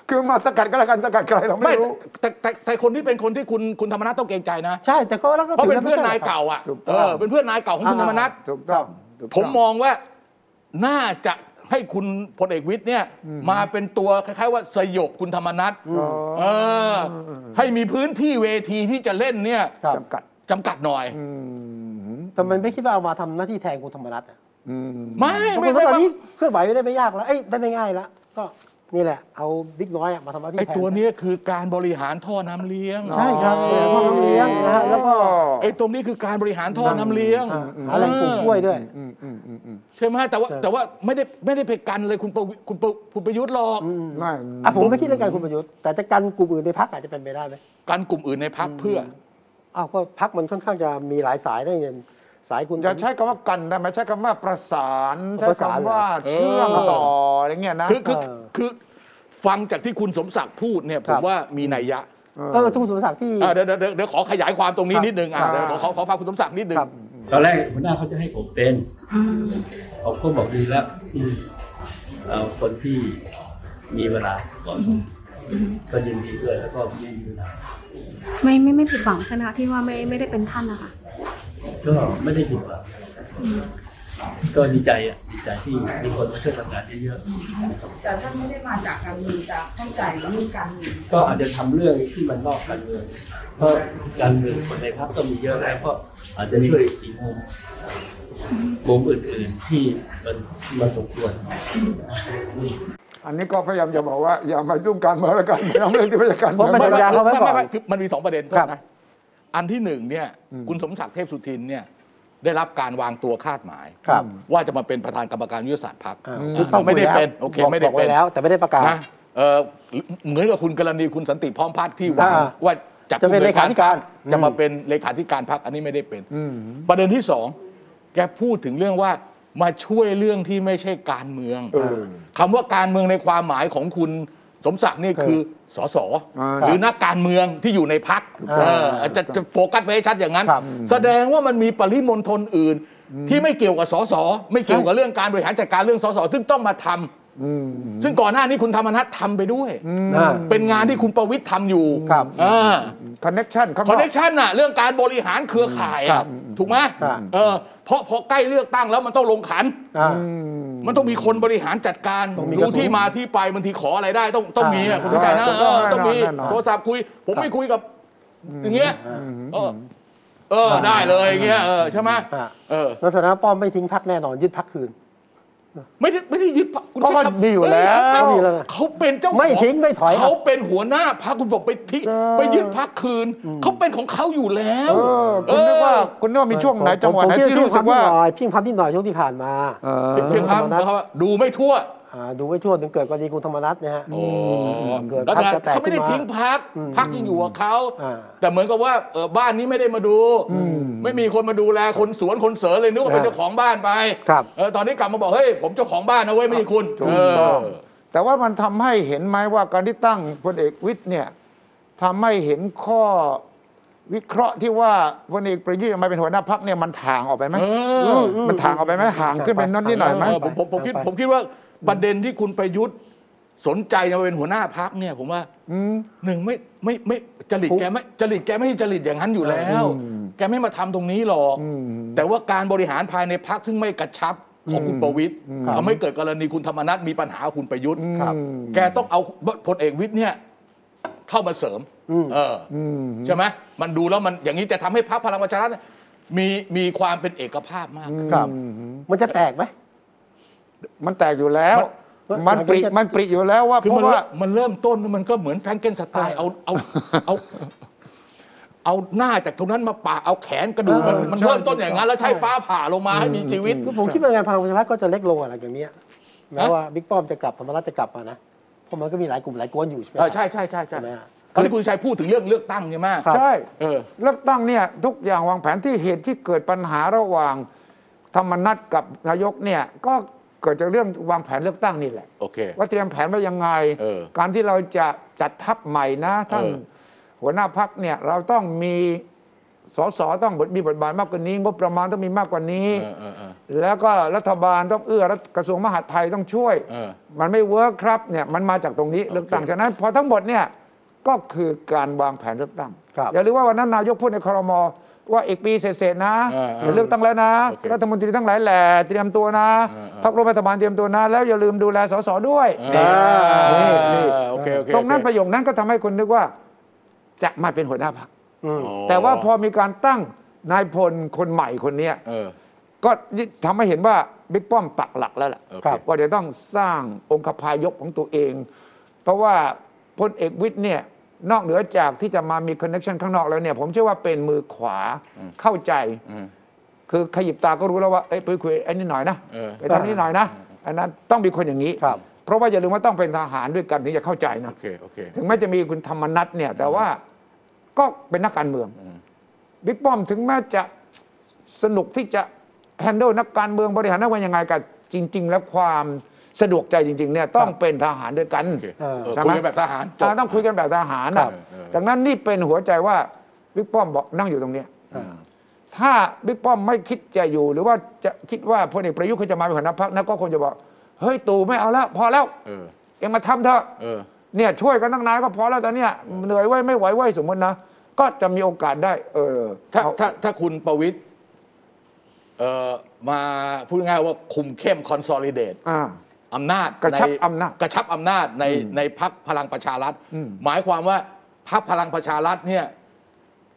คือมาสกัดก็แล้วกันสกัดใครเรา
ไม่
ไม่รู้
แต่แต่แต่แต่คนที่เป็นคนที่คุณคุณธรรมนัฐต้องเกรงใจนะ
ใช่แต่เขารับก็
เพราะ
ถื
เป็นเพื่อน
ไม่
นา
ใช่
ย
หรครับ
เก่าอ่ะ
ถูกต้
เอ
อง
อเป็นเพื่อนนายเก่าของคุณธรรมนัฐ
ถูกต้องถูก
ผม
ต้ง
มองว่าน่าจะให้คุณพลเอกวิทย์เนี่ย มาเป็นตัวคล้ายๆว่าสยบคุณธรรมนัฐ
อ๋อ
เออ ให้มีพื้นที่เวทีที่จะเล่นเนี่ย
ครับ
จำกัด
จำกัดหน่อย
อืมฮึ
ทำไมไม่คิดว่าเอามาทำหน้าที่แทนคุณธรรมนัฐอ่ะ
อืม
ไม่
เพราะ
ไม่ไม่
ตอน
ไม่
นี้เคลื่อนไหวได้ไม่ยากแล้วเอ้ยได้ไม่ง่ายแล้วก็นี่แหละเอาบิ๊กน้อยอะมาทำหน้าที่
ไอ
แทน
ตัวเนี้ยคือการบริหารท่อน้ำเลี้ยง
ใช่ครับเนี่ยพ่อน้องเลี้ยงนะฮะแล้วก็
ไอตรงนี้คือการบริหารท่อน้ำเลี้ยง
อ่าหาแหล่งปลูกกล้วยด้วย
อืมอืมอืมอืม
ใช่ไหมแต่ว่าแต่ว่าไม่ได้ไม่ได้ไปกันเลยคุณประวิคุณประคุณประยุทธ์หรอก
ไม่
อ่ะผมไม่คิดเรื่องการคุณประยุทธ์แต่จะกันกลุ่มอื่นในพักอาจจะเป็นไปได้ไหม
การกลุ่มอื่นในพักเพื่อ
อ้าวก็พักมันค่อนข้างจะมีหลายสายได้เงินสายคุณ
อย่าใช้คำว่ากันได้ไหมใช้คำว่าประสานใช้
ประ
คำ
สานเหรอ
ว่าเชื่อม
เออ
ต่ออะไรเงี้ยนะ
คือคือ
เออ
คือฟังจากที่คุณสมศักดิ์พูดเนี่ยผ
ครั
ม
บ
ว่ามีนัยยะ
เออทุกสุนทรศักดิ์ที่
อ่ะเดี๋ยวเดี๋ยวเดี๋ยวเดี๋ยวขอขยายความตรงนี้นิดนึงอ่ะ
ครับ
เดี๋ยวขอขอขอฟังคุณสมศักดิ์นิดนึง
ครับ
ตอนแรกหัวหน้าเขาจะให้ผมเป็นผมก็บอกดีแล้วอืมเอาคนที่มีเวลาก่อนก็ยินดีด้วยแล้วก็ไม่มีเวลา
ไม่ไม่ไม่ผิดหวังใช่ไหมคะที่ว่าไม่ไม่ได้เป็นท่านนะคะ
ก็ไม่ได้หยุดหรอกก็ดีใจอ่ะดีใจที่มีคนมาช่วยทำงานเยอะ
แต่ท่านไม่ได้มาจากการเมืองจะเข้าใจเรื่องการเมือง
ๆก็อาจจะทำเรื่องที่มันนอกการเมืองเพราะการเมืองคนในพรรคก็มีเยอะแล้วก็อาจจะช่วยอีกมุมมุมอื่นๆที่มันมันสมควร
อันนี้ก็พยายามจะบอกว่า อย่ามายุ่งการเมืองแล้วกันไม่ต้องเรื่องที่ไม่ใช่การเมือง
เพระ สั น ญ จะ ญาเขาไว้ก่อน
คือมันมีสองประเด็น
ครับ
นะอันที่หนึ่งเนี่ย คุณสมศักดิ์เทพสุทินเนี่ย ได้รับการวางตัวคาดหมาย
ครับ
ว่าจะมาเป็นประธานกรรมการยุทธศาสตร์พรรค
อ่า
อ่ะ
คุณต้อง
ไม่ได้
คุยแล้ว
เป็นโอเค
บอก
ไม่ได้
บอก
เป็
ว้
น
แล้ว แต่ไม่ได้ประกาศ
นะเอ่อเหมือนกับคุณกรณีคุณสันติพร้อมพัฒน์ที่หวัง
อ่า
ว่าจาก
จะเป็นเลขาธิการ
จะมาเป็นเลขาธิการพรรคอันนี้ไม่ได้เป็น
อืม
ประเด็นที่สองแกพูดถึงเรื่องว่ามาช่วยเรื่องที่ไม่ใช่การเมือง
เออ
คำว่าการเมืองในความหมายของคุณสมศักดิ์นี่คือสส
อ่า
หรือนักการเมืองที่อยู่ในพัก
ต้อง
จะจะโฟกัสไปให้ชัดอย่างนั้น
ครับ
แสดงว่ามันมีปริมณฑลอื่น ที่ไม่เกี่ยวกับสสไม่เกี่ยวกับเรื่องการบริหารจัดการเรื่องสสซึ่งต้องมาทำ
อืม
ซึ่งก่อนหน้านี้คุณธรรมนัฐทำไปด้วย
อ่า
เป็นงานที่คุณประวิทย์ทำอยู่
ครับ
คอนเน็ชันข้าง
คอน
นอ
เนค
ก
ชันอะเรื่องการบริหารเครือข่าย
ครั
อะ
บ
ถูกไหม
ครับ
เออเพราะพอใกล้เลือกตั้งแล้วมันต้องลงขัน
อ่า
อืม
มันต้องมีคนบริหารจัดการ
ต้องมี
รู้ที่มาที่ไปบางทีขออะไรได้ต้องต้องมีอะ
อ่า
คุณเข้าใจนะ
ถูก
เอ
ต้อง
อต้องมี
แน่นอน
โทรศัพท์คุย ผมไม่คุยกับอย่างเงี้ย
อ่า
เออเออได้เลยอย่างเงี้ยเออใช่ไหม
อ่า
เออ
ลักษณะป้อมไม่ทิ้งพักแน่นอนยึดพักคืน
ไม่ได้ไม่ได้ยึดพรรคคุณ
เพราะว่า
ใช้คำ
มีอยู่แล้ว
เอ้ย
มีแล้วไง
เขาเป็นเจ้าของ
ไม่ทิ้งไม่ถอย
เขาเป็นหัวหน้าพรรคคุณบอกไปทิ้ง
เออ
ไปยึดพรรคคืนเขาเป็นของเขาอยู่แล้ว
เออคุณนึกว่าคุณนึกว่ามีช่วงไหนจังหวะไหน
ผม
ที่รู้สึกว่า
เพียงพำนิดหน่อยเพียงพับนิดหน่อยช่วงที่ผ่านมา
เออ
เพียง
ธร
พาร
มนัส
เขาดูไม่ทั่ว
อ่าดูไว้ช่วงถึงเกิดกรณีคุณธรรมนัฐนะฮะ เกิด
แล้ว
พรรค
ไง
จะแตก
เขาไม่ได้
ขึ้นมา
ทิ้งพัก
อืม
พักยังอยู่กับเขา
อ่า
แต่เหมือนกับว่าเออบ้านนี้ไม่ได้มาดู
อืม
ไม่มีคนมาดูแลคนสวนคนเสริเลยนึกว่าเป็น
อ่า
เจ้าของบ้านไป
ครับ
เออตอนนี้กลับมาบอกเฮ้ยผมเจ้าของบ้านนะเว้ยไม่ใช่คุณ
ถูกต้อง
เออ
แต่ว่ามันทำให้เห็นไหมว่าการที่ตั้งพลเอกวิทย์เนี่ยทำให้เห็นข้อวิเคราะห์ที่ว่าพลเอกประยุทธ์ยังมาเป็นหัวหน้าพักเนี่ยมันถ่างออกไปไหม
เออ
มันถ่างออกไปไหมห่างขึ้นเป็นน้นนิดหน่อยไหม
เออผมผมผมคิดผมคิดว่าประเด็นที่คุณประยุทธ์สนใจจะมาเป็นหัวหน้าพักเนี่ย ผมว่า
อืม
หนึ่งไม่ไม่ไม่จริตแกไม่จริตแกไม่ใช่จริตอย่างนั้นอยู่แล้ว
อืม
แกไม่มาทำตรงนี้หรอก
อืม
แต่ว่าการบริหารภายในพักซึ่งไม่กระชับของคุณประวิทย์
อืม
ทำให้เกิดกรณีคุณธรรมนัฐมีปัญหากับคุณประยุทธ์
อืม
แกต้องเอาพลเอกวิทย์เนี่ยเข้ามาเสริม
อืม
เออ
อืม
ใช่ไหมมันดูแล้วมันอย่างนี้จะทำให้พรรคพลังประชารัฐเนี่ยมีมีความเป็นเอกภาพมากขึ้น
ครับ มันจะแตกไหม
มันแตกอยู่แล้ว
มัน
มันปริมันปริอยู่แล้วว่า
คือ
เพ
มัน
ราะ
เริ่
ว่า
มมันเริ่มต้นมันก็เหมือนแฟรงเกนสไตล์เอาเอาเอาเอาหน้าจากตรงนั้นมาปะเอาแขนกระดูกมัน
เออ
มัน
ใช่
เริ่มต้นอย่างนั้น แล้วใช้ฟ้าผ่าลงมาให้มีชีวิต
ผมคิดว่าไงพลังประชารัฐก็จะเล็กลงอะไรอย่างเนี้ยแม้ว่าบิ๊กป้อมจะกลับธรรมนัฐจะกลับมานะเพราะมันก็มีหลายกลุ่มหลายกวนอยู่ใช่ไหม
เออใช่ใช่ใช่ใช่
ใช่ไหมฮะ
ตอนที่คุณชัยพูดถึงเรื่องเลือกตั้งใช่ไหม
ครับ
ใช่
เออ
เลือกตั้งเนี่ยทุกอย่างวางแผนที่เหตุที่เกิดปัญหาระหว่าง ธรรมนัตกับนายกเนี่ยก็เกิดจากเรื่องวางแผนเลือกตั้งนี่แหละ
โอเค
ว่าเตรียมแผนไว้ยังไง
เออ
การที่เราจะจัดทัพใหม่นะท่าน
เออ
หัวหน้าพักเนี่ยเราต้องมีสสต้องมีบทบาทมากกว่านี้ งบประมาณต้องมีมากกว่านี้
เออเออเออ
แล้วก็รัฐบาลต้องเอื้อรัฐกระทรวงมหาดไทยต้องช่วย
เออ
มันไม่เวิร์คครับเนี่ยมันมาจากตรงนี้เลือกตั้ง
โอเค
ฉะนั้นพอทั้งหมดเนี่ยก็คือการวางแผนเลือกตั้ง
ครับ
อย่าลืมว่าวันนั้นนายกพูดในครมว่าอีกปีเสร็จๆนะ
เออเออ
จะเลือกตั้งแล้วนะ
โอเค
รัฐมนตรีทั้งหลายแหล่เตรียมตัวนะ
เออเออ
พรรคร่วมรัฐบาลเตรียมตัวนะ แล้วอย่าลืมดูแลสสด้วย
เออ
นี่นี่
โอเคโอเค
ตรงนั้น
โอ
ป
เค
ระโยคนั้นก็ทำให้คนนึกว่าจะมาเป็นหัวหน้าพรรค
อืม
อ๋อ
แต่ว่าพอมีการตั้งนายพลคนใหม่คนเนี้ย
เออ
ก็ทำให้เห็นว่าบิ๊กป้อมปักหลักแล้วล่ะ
โอเ
ครับ
ว่าจะต้องสร้างองค์คพายกของตัวเอง เพราะว่าพลเอกวิทย์เนี่ยนอกเหนือจากที่จะมามีคอนเน t ชันข้างนอกแล้วเนี่ย ผมเชื่อว่าเป็นมือขวาเข้าใจ
อืม
คือขยิบตาก็รู้แล้วว่าเอ้ยไปคุยไอ้นี่หน่อยนะ
เออ
ไปทำนี่หน่อยนะ อันนั้นต้องมีคนอย่างนี้
ครับ
เพราะว่าอย่าลืมว่าต้องเป็นทหารด้วยกันถึงจะเข้าใจนะ
โอเคโอเค
ถึงแม้จะมีคุณธรรมนัฐเนี่ย แต่ว่าก็เป็นนักการเมืองบิ๊กป้อมถึงแม้จะสนุกที่จะแฮนเดิลนักการเมืองบริหารนักการเมืองยังไงกันจริง ๆ แล้วความสะดวกใจจริง ๆ เนี่ยต้องเป็นทหารด้วยกัน
โอเคเออ
ใช่ไหม
คุยกันแบบทหารจบ
อ่าต้องคุยกันแบบทหารนะครับ
เออเออ
ดังนั้นนี่เป็นหัวใจว่าบิ๊กป้อมบอกนั่งอยู่ตรงเนี้ย
อืม
ถ้าบิ๊กป้อมไม่คิดจะอยู่ หรือว่าจะคิดว่าพลเอกประยุทธ์เขาจะมาเป็นหัวหน้าพรรคนะก็คงจะบอกเฮ้ยตู่ไม่เอาแล้วพอแล้ว
เออ
เองมาทำเถอะ
เออ
เนี่ยช่วยกันตั้งนานก็พอแล้วแต่เนี่ยเหนื่อยไว้ยไม่ไหวไว้ยสมมตินะ ก็จะมีโอกาสได้ เออ
ถ้า
เอ
ถ้าถ้าคุณประวิทย์เอ่อมาพูดง่ายๆว่าคุมเข้มคอน s o l i d a t e
อ่า
อำนาจ
กระชับ
ใน
อำนาจ
กระชับอำนาจในในพักพลังประชารัฐ
อืม
หมายความว่าพักพลังประชารัฐเนี่ย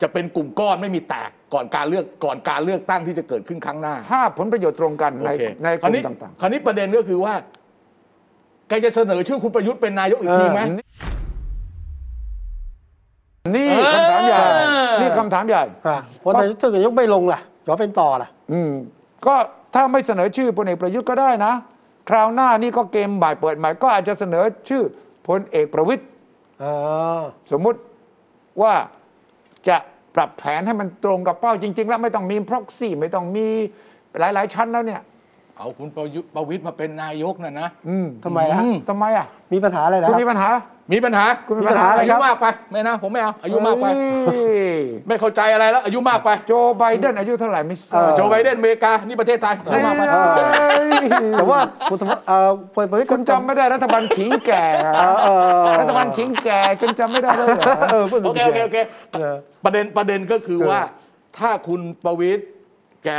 จะเป็นกลุ่มก้อนไม่มีแตกก่อนการเลือกก่อนการเลือกตั้งที่จะเกิดขึ้นครั้งหน้า
ถ้าผลประโยชน์ตรงกันใน
โอเค
ในก
คราว
ลุ่
นี้
มต่าง
คราวนี้ประเด็นก็คือว่าแกจะเสนอชื่อคุณประยุทธ์เป็นนายกอีกทีไหม
เออ ๆ นี่
เออ
คำถามใหญ่ นี่คำถามใหญ่
อ่ะเพราะนายกถึงนายกไม่ลงล่ะขอเป็นต่อล่ะ
อืมก็ถ้าไม่เสนอชื่อพลเอกประยุทธ์ก็ได้นะ คราวหน้านี่ก็เกมบ่ายเปิดใหม่ก็อาจจะเสนอชื่อพลเอกประวิทย์
อ๋อ
สมมุติว่าจะปรับแผนให้มันตรงกับเป้าจริง ๆ แล้วไม่ต้องมี proxy ไม่ต้องมีหลาย ๆ ชั้นแล้วเนี่ย
เอาคุณประยุทธ์ประวิตยมาเป็นนายกน่ะนะ
อืม
ทำไมล่ะฮะ
อืม
ทำไมอ่ะ
มีปัญหาอะไรนะค
คุณ
รับ
มีปัญหา
มีปัญหา
คุณมีปัญหาอะไร
อา
ค
ยุ
รับ
มากไปไม่นะผมไม่เอาอายุมากไป
เฮ้ย
ไม่เข้าใจอะไรแล้วอายุมากไป
โจไบเดนอายุเท่าไหร่ไม่ท
เอ
ราบ
อ
โจไบเดนอเมริกานี่ประเทศไทยอายุมากไป
เอ้ย
แต่ว่าคุณธรรมเอ่อพลเอกประวิตร
คุณจำไม่ได้รัฐบาลขิงแก่อะ
เอ่อเอ่อ
รัฐบาลขิงแก่คุณจำไม่ได้เลยเหรอ
เออพูดถึง
โอเคโอเคโอเค
เออ
ประเด็นประเด็นก็คือ
เออ
ว่าถ้าคุณประวิตยแก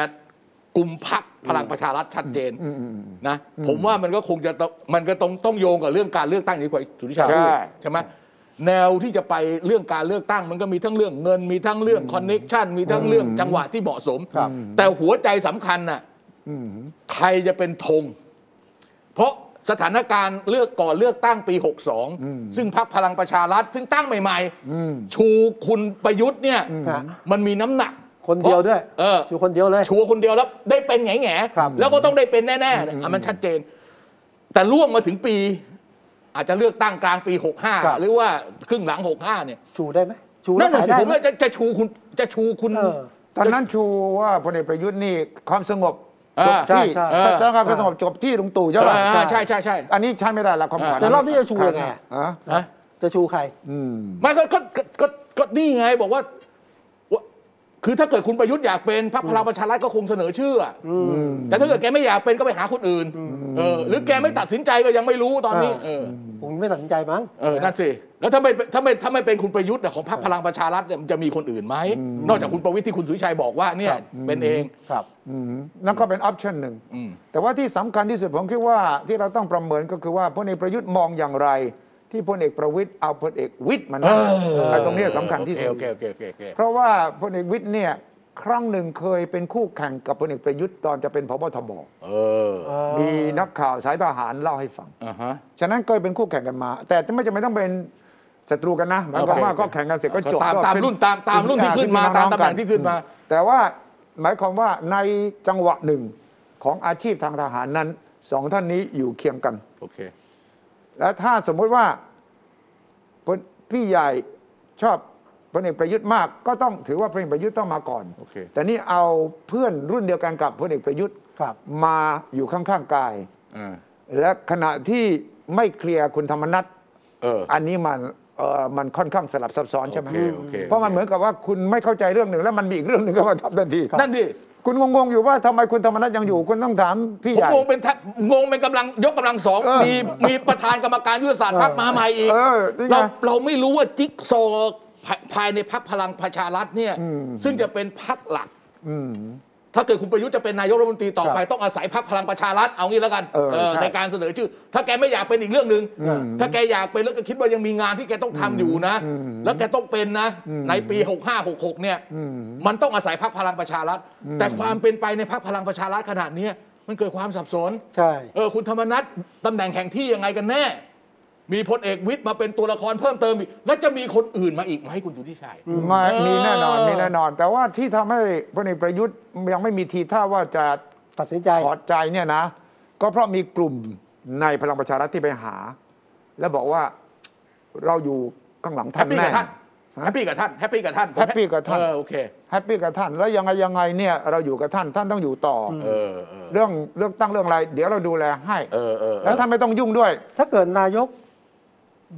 กลุ่มพักพลังประชารัฐชัดเจน
อืมอืมอืม
นะผมว่ามันก็คงจะต้องมันก็ต้องต้องโยงกับเรื่องการเลือกตั้งนี้กว่าสุทธิชัย
ใช่
พูดใช่ไหมแนวที่จะไปเรื่องการเลือกตั้งมันก็มีทั้งเรื่องเงินมีทั้งเรื่องคอนเน็ชันมีทั้งเรื่องจังหวะที่เหมาะสม
ครับ
แต่หัวใจสำคัญน่ะ
อืม
ใครจะเป็นธง เพราะสถานการณ์เลือกก่อนเลือกตั้งปี 62 ซึ่งพรรคพลังประชารัฐ ซึ่งตั้งใหม่
อืม
ๆ ชูคุณประยุทธ์เนี่ย
ฮะ
มันมีน้ำหนัก
คนเดียวด้วย
เออ
อยู่คนเดียวเลย
ชัวร์คนเดียวแล้วได้เป็นแง่แง่ๆ
ครับ
แล้วก็ต้องได้เป็นแน่ๆเนี่ยอ่ะมันชัดเจน แต่ล่วงมาถึงปี อาจจะเลือกตั้งกลางปี 65 หรือว่าครึ่งหลัง 65 เนี่ย
ชูได้ไหมชู
นั่นแหละสิ
ขาย
ผม
ไห
ว่าจะจะชูคุณจะชูคุณ
เออ
ตอนนั้นชูว่าพลเอกประยุทธ์นี่ความสงบ
เอ
จ
อ
บที่
ใช่ใช่
ถ้าเจ้าการความสงบจบที่ลุงตู่ใช่ป่ะ
เออใช่ใช่ใช่
อันนี้ใช้ไม่ได้ละความขวัญ
แต่รอบนี้จะชูยังไงอะ
อ่ะ
นะ
จะชูใคร
อืม
ไม่ก็ก็ก็ก็ก็นี่ไงบอกว่าว่า คือถ้าเกิดคุณประยุทธ์อยากเป็นพรรคพลังประชารัฐก็คงเสนอชื่ออะ
อืม
แต่ถ้าเกิดแกไม่อยากเป็นก็ไปหาคนอื่น เออ หรือแกไม่ตัดสินใจก็ยังไม่รู้ตอนนี้ เออ
ผมไม่ตัดสินใจมั้ง
เออ นั่นสิ แล้วถ้าไม่ถ้าไม่ถ้าไม่เป็นคุณประยุทธ์เนี่ยของพรรคพลังประชารัฐเนี่ยมันจะมีคนอื่นไหม นอกจากคุณประวิทย์ที่คุณสุวิชัยบอกว่าเนี่ยเป็นเอง
ครับ
อืมนั่นก็เป็นออปชันหนึ่ง
อืม
แต่ว่าที่สำคัญที่สุดผมคิดว่าที่เราต้องประเมินก็คือว่าพลเอกประยุทธ์มองอย่างไร ที่พลเอกประวิทย์เอาพลเอกวิทย์มานั่งไอ้ตรงเนี้ยสำคัญที่สุด
โอเคโอเคโอเคโอเค
เพราะว่าพลเอกวิทย์เนี่ยครั้งหนึ่งเคยเป็นคู่แข่งกับพลเอกประยุทธ์ตอนจะเป็นพบทบ
เออ
มีนักข่าวสายทหารเล่าให้ฟัง
อ่าฮะ
ฉะนั้นเคยเป็นคู่แข่งกันมา แต่ไม่จำเป็นต้องเป็นศัตรูกันนะหมายความว่า
โอเค
ก็แข่งกันเสร็จก็จบ
ตาม
ก็
ตาม
เป็น
รุ่นตามตามรุ่นที่ขึ้นมา
เป็
ตาม
อง
ตำแหน่งที่ขึ้นมา
แต่ว่าหมายความว่าในจังหวะหนึ่งของอาชีพทางทหารนั้นสองท่านนี้อยู่เคียงกัน
โอเค
และถ้าสมมุติว่าพลพี่ใหญ่ชอบพลเอกประยุทธ์มาก ก็ต้องถือว่าพลเอกประยุทธ์ต้องมาก่อน
โอเค
แต่นี่เอาเพื่อนรุ่นเดียวกันกับพลเอกประยุทธ์
ครับ
มาอยู่ข้างๆกาย
เออ
และขณะที่ไม่เคลียร์คุณธรรมนัฐ
เออ
อันนี้มันเอ่อมันค่อนข้างสลับซับซ้อนใช่ไหม
โอเคโอเค
เพราะมันเหมือนกับว่าคุณไม่เข้าใจเรื่องหนึ่งแล้วมันมีอีกเรื่องหนึ่งก็มาทับทันที
นั่นดิ
คุณงงๆอยู่ว่าทำไมคุณธรรมนัฐยังอยู่ คุณต้องถามพี่
ผ
ให
ม
ญ่
งงเป็นทัพงงเป็นกำลังยกกำลังสอง
เออ
มีมีประธานกรรมการยุทธศาสตร์พรรคมาใหม่อีก
เออนี่ไง
เราเราไม่รู้ว่าจิ๊กซอว์ภายภายในพรรคพลังประชารัฐเนี่ย
อืม
ซึ่งจะเป็นพรรคหลัก
อืม
ถ้าเกิดคุณประยุทธ์จะเป็นนายกรัฐมนตรีต่อไปต้องอาศัยพรรคพลังประชารัฐเอางี้แล้วกัน
เออ
เออ
ใช่
ในการเสนอชื่อ ถ้าแกไม่อยากเป็นอีกเรื่องหนึ่ง
อืม
ถ้าแกอยากเป็นแล้วก็คิดว่ายังมีงานที่แกต้องทำอยู่นะ
อืม
แล้วแกต้องเป็นนะ
อืม
ในปี 65 66เนี่ย
อืม
มันต้องอาศัยพรรคพลังประชารัฐ แต่ความเป็นไปในพรรคพลังประชารัฐขนาดเนี้ยมันเกิดความสับสน
ใช่
เออคุณธรรมนัฐตำแหน่งแห่งที่ยังไงกันแน่ มีพลเอกวิทย์มาเป็นตัวละครเพิ่มเติมอีกแล้วจะมีคนอื่นมาอีกไหมคุณสุทธิชัย
มามีแน่นอน
เออ
มีแน่นอน แต่ว่าที่ทำให้พลเอกประยุทธ์ยังไม่มีทีท่าว่าจะ
ตัดสินใจ
ถอดใจเนี่ยนะ ก็เพราะมีกลุ่มในพลังประชารัฐที่ไปหา แล้วบอกว่าเราอยู่ข้างหลัง
แฮ
ท่าน
ปปี้
แน่
กับท่านแฮปปี้กับท่านแฮปปี้กับท่าน
แฮปปี้กับท่าน
เออโอเค
แฮปปี้กับท่านแล้วยังไงยังไงเนี่ยเราอยู่กับท่านท่านต้องอยู่ต่ออ
เออเออ
เรื่องเรื่องตั้งเรื่องอะไร เดี๋ยวเราดูแลให้
เออเออ
แล้วท่านไม่ต้องยุ่งด้วย
ถ้าเกิดนายก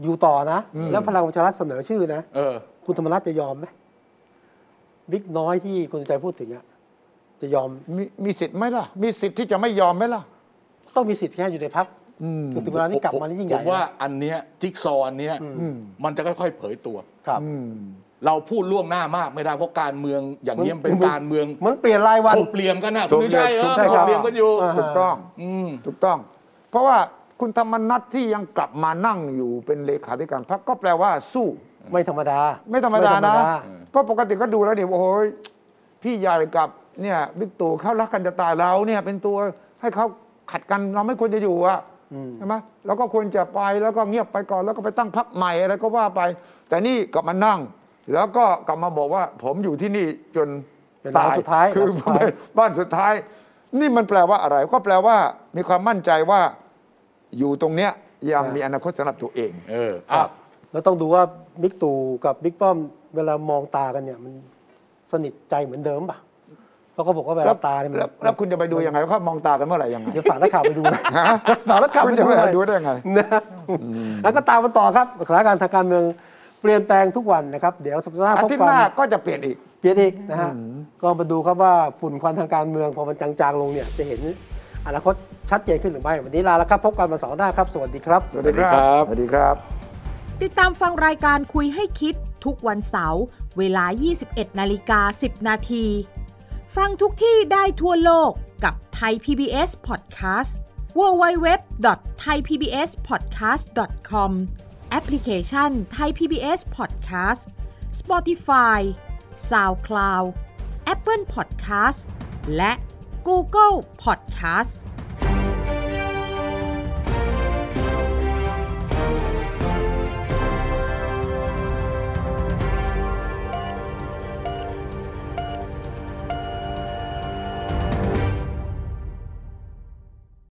อยู่ต่อนะ
อืม
แล้วพลังประชารัฐเสนอชื่อนะ
เออ
คุณธรรมนัฐจะยอมไหมบิ๊กน้อยที่คุณใจพูดถึงอะจะยอม
มีมีสิทธิ์ไหมล่ะ มีสิทธิ์ที่จะไม่ยอมไหมล่ะ
ต้องมีสิทธิ์แค่อยู่ในพัก
อืม
จนถึงเวลานี้กลับมานี่ยิ่งใหญ่
ผม
นะ
ว่าอันเนี้ยจิ๊กซอว์อันเนี้ย
อืม
มันจะค่อยๆเผยตัว
ครับ
อืม
เราพูดล่วงหน้ามากไม่ได้เพราะการเมืองอย่างนี้ยมันเป็นการเมือง
มันเปลี่ยนรายวัน
โคบเหลี่ยมกันนะคุณสุทธิชัยเออโคบเหลี่ยมกันอยู่
อ่า
ถูกต้อง
อืม
ถูกต้อง เพราะว่าคุณธรรมนัฐที่ยังกลับมานั่งอยู่เป็นเลขาธิการพรรคก็แปลว่าสู้
ไม่ธรรมดา
ไม่ธรรมดานะ เพราะปกติก็ดูแล้วเนี่ยโอ้โหพี่ใหญ่กับเนี่ยบิ๊กตู่เขารักกันจะตายเราเนี่ยเป็นตัวให้เขาขัดกันเราไม่ควรจะอยู่อะ
อืม
ใช่ไหมแล้วก็ควรจะไปแล้วก็เงียบไปก่อนแล้วก็ไปตั้งพักใหม่อะไรก็ว่าไป แต่นี่กลับมานั่ง แล้วก็กลับมาบอกว่า ผมอยู่ที่นี่จน
เป็นบ้านสุดท้าย
คือ
บ้านสุดท้าย
บ้านสุดท้าย นี่มันแปลว่าอะไร ก็แปลว่ามีความมั่นใจว่าอยู่ตรงเนี้ยยังมีอนาคตสำหรับตัวเอง
เอออ่ะ
แล้วต้องดูว่าบิ๊กตู่กับบิ๊กป้อมเวลามองตากันเนี่ย มันสนิทใจเหมือนเดิมป่ะ เพราะเขาบอกว่าแววตาเนี่ยมัน
แล้วแล้วคุณจะไปดูยังไงว่าเขามองตากันเมื่อไหร่ยังไง
เดี๋ยวฝากนักข่าวไปดู นะ
ฮะ
สารคดี
คุณจะไปดูได้ยังไง
นะแล้วก็ตามมาต่อครับสถานการณ์ทางการเมืองเปลี่ยนแปลงทุกวันนะครับ เดี๋ยวสัปดาห์
อา
พบ
ทิตย์
กั
หน้าน ก็จะเปลี่ยนอีก
เปลี่ยนอีกนะฮะก็มาดูครับว่าฝุ่นควันทางการเมืองพอมันจางๆลงเนี่ยจะเห็นอนาคตชัดเจนขึ้นหรือไม่ วันนี้ลาแล้วครับ พบกันวันเสาร์หน้าครับ สวัสดีครับ
สวัสดีครับ สวัสดีครับ
ติดตามฟังรายการคุยให้คิดทุกวันเสาร์เวลา 21 นาฬิกา 10 นาที ฟังทุกที่ได้ทั่วโลกกับไทย PBS Podcast www.thaipbspodcast.com แอปพลิเคชัน Thai PBS Podcast Spotify SoundCloud Apple Podcast และ Google Podcast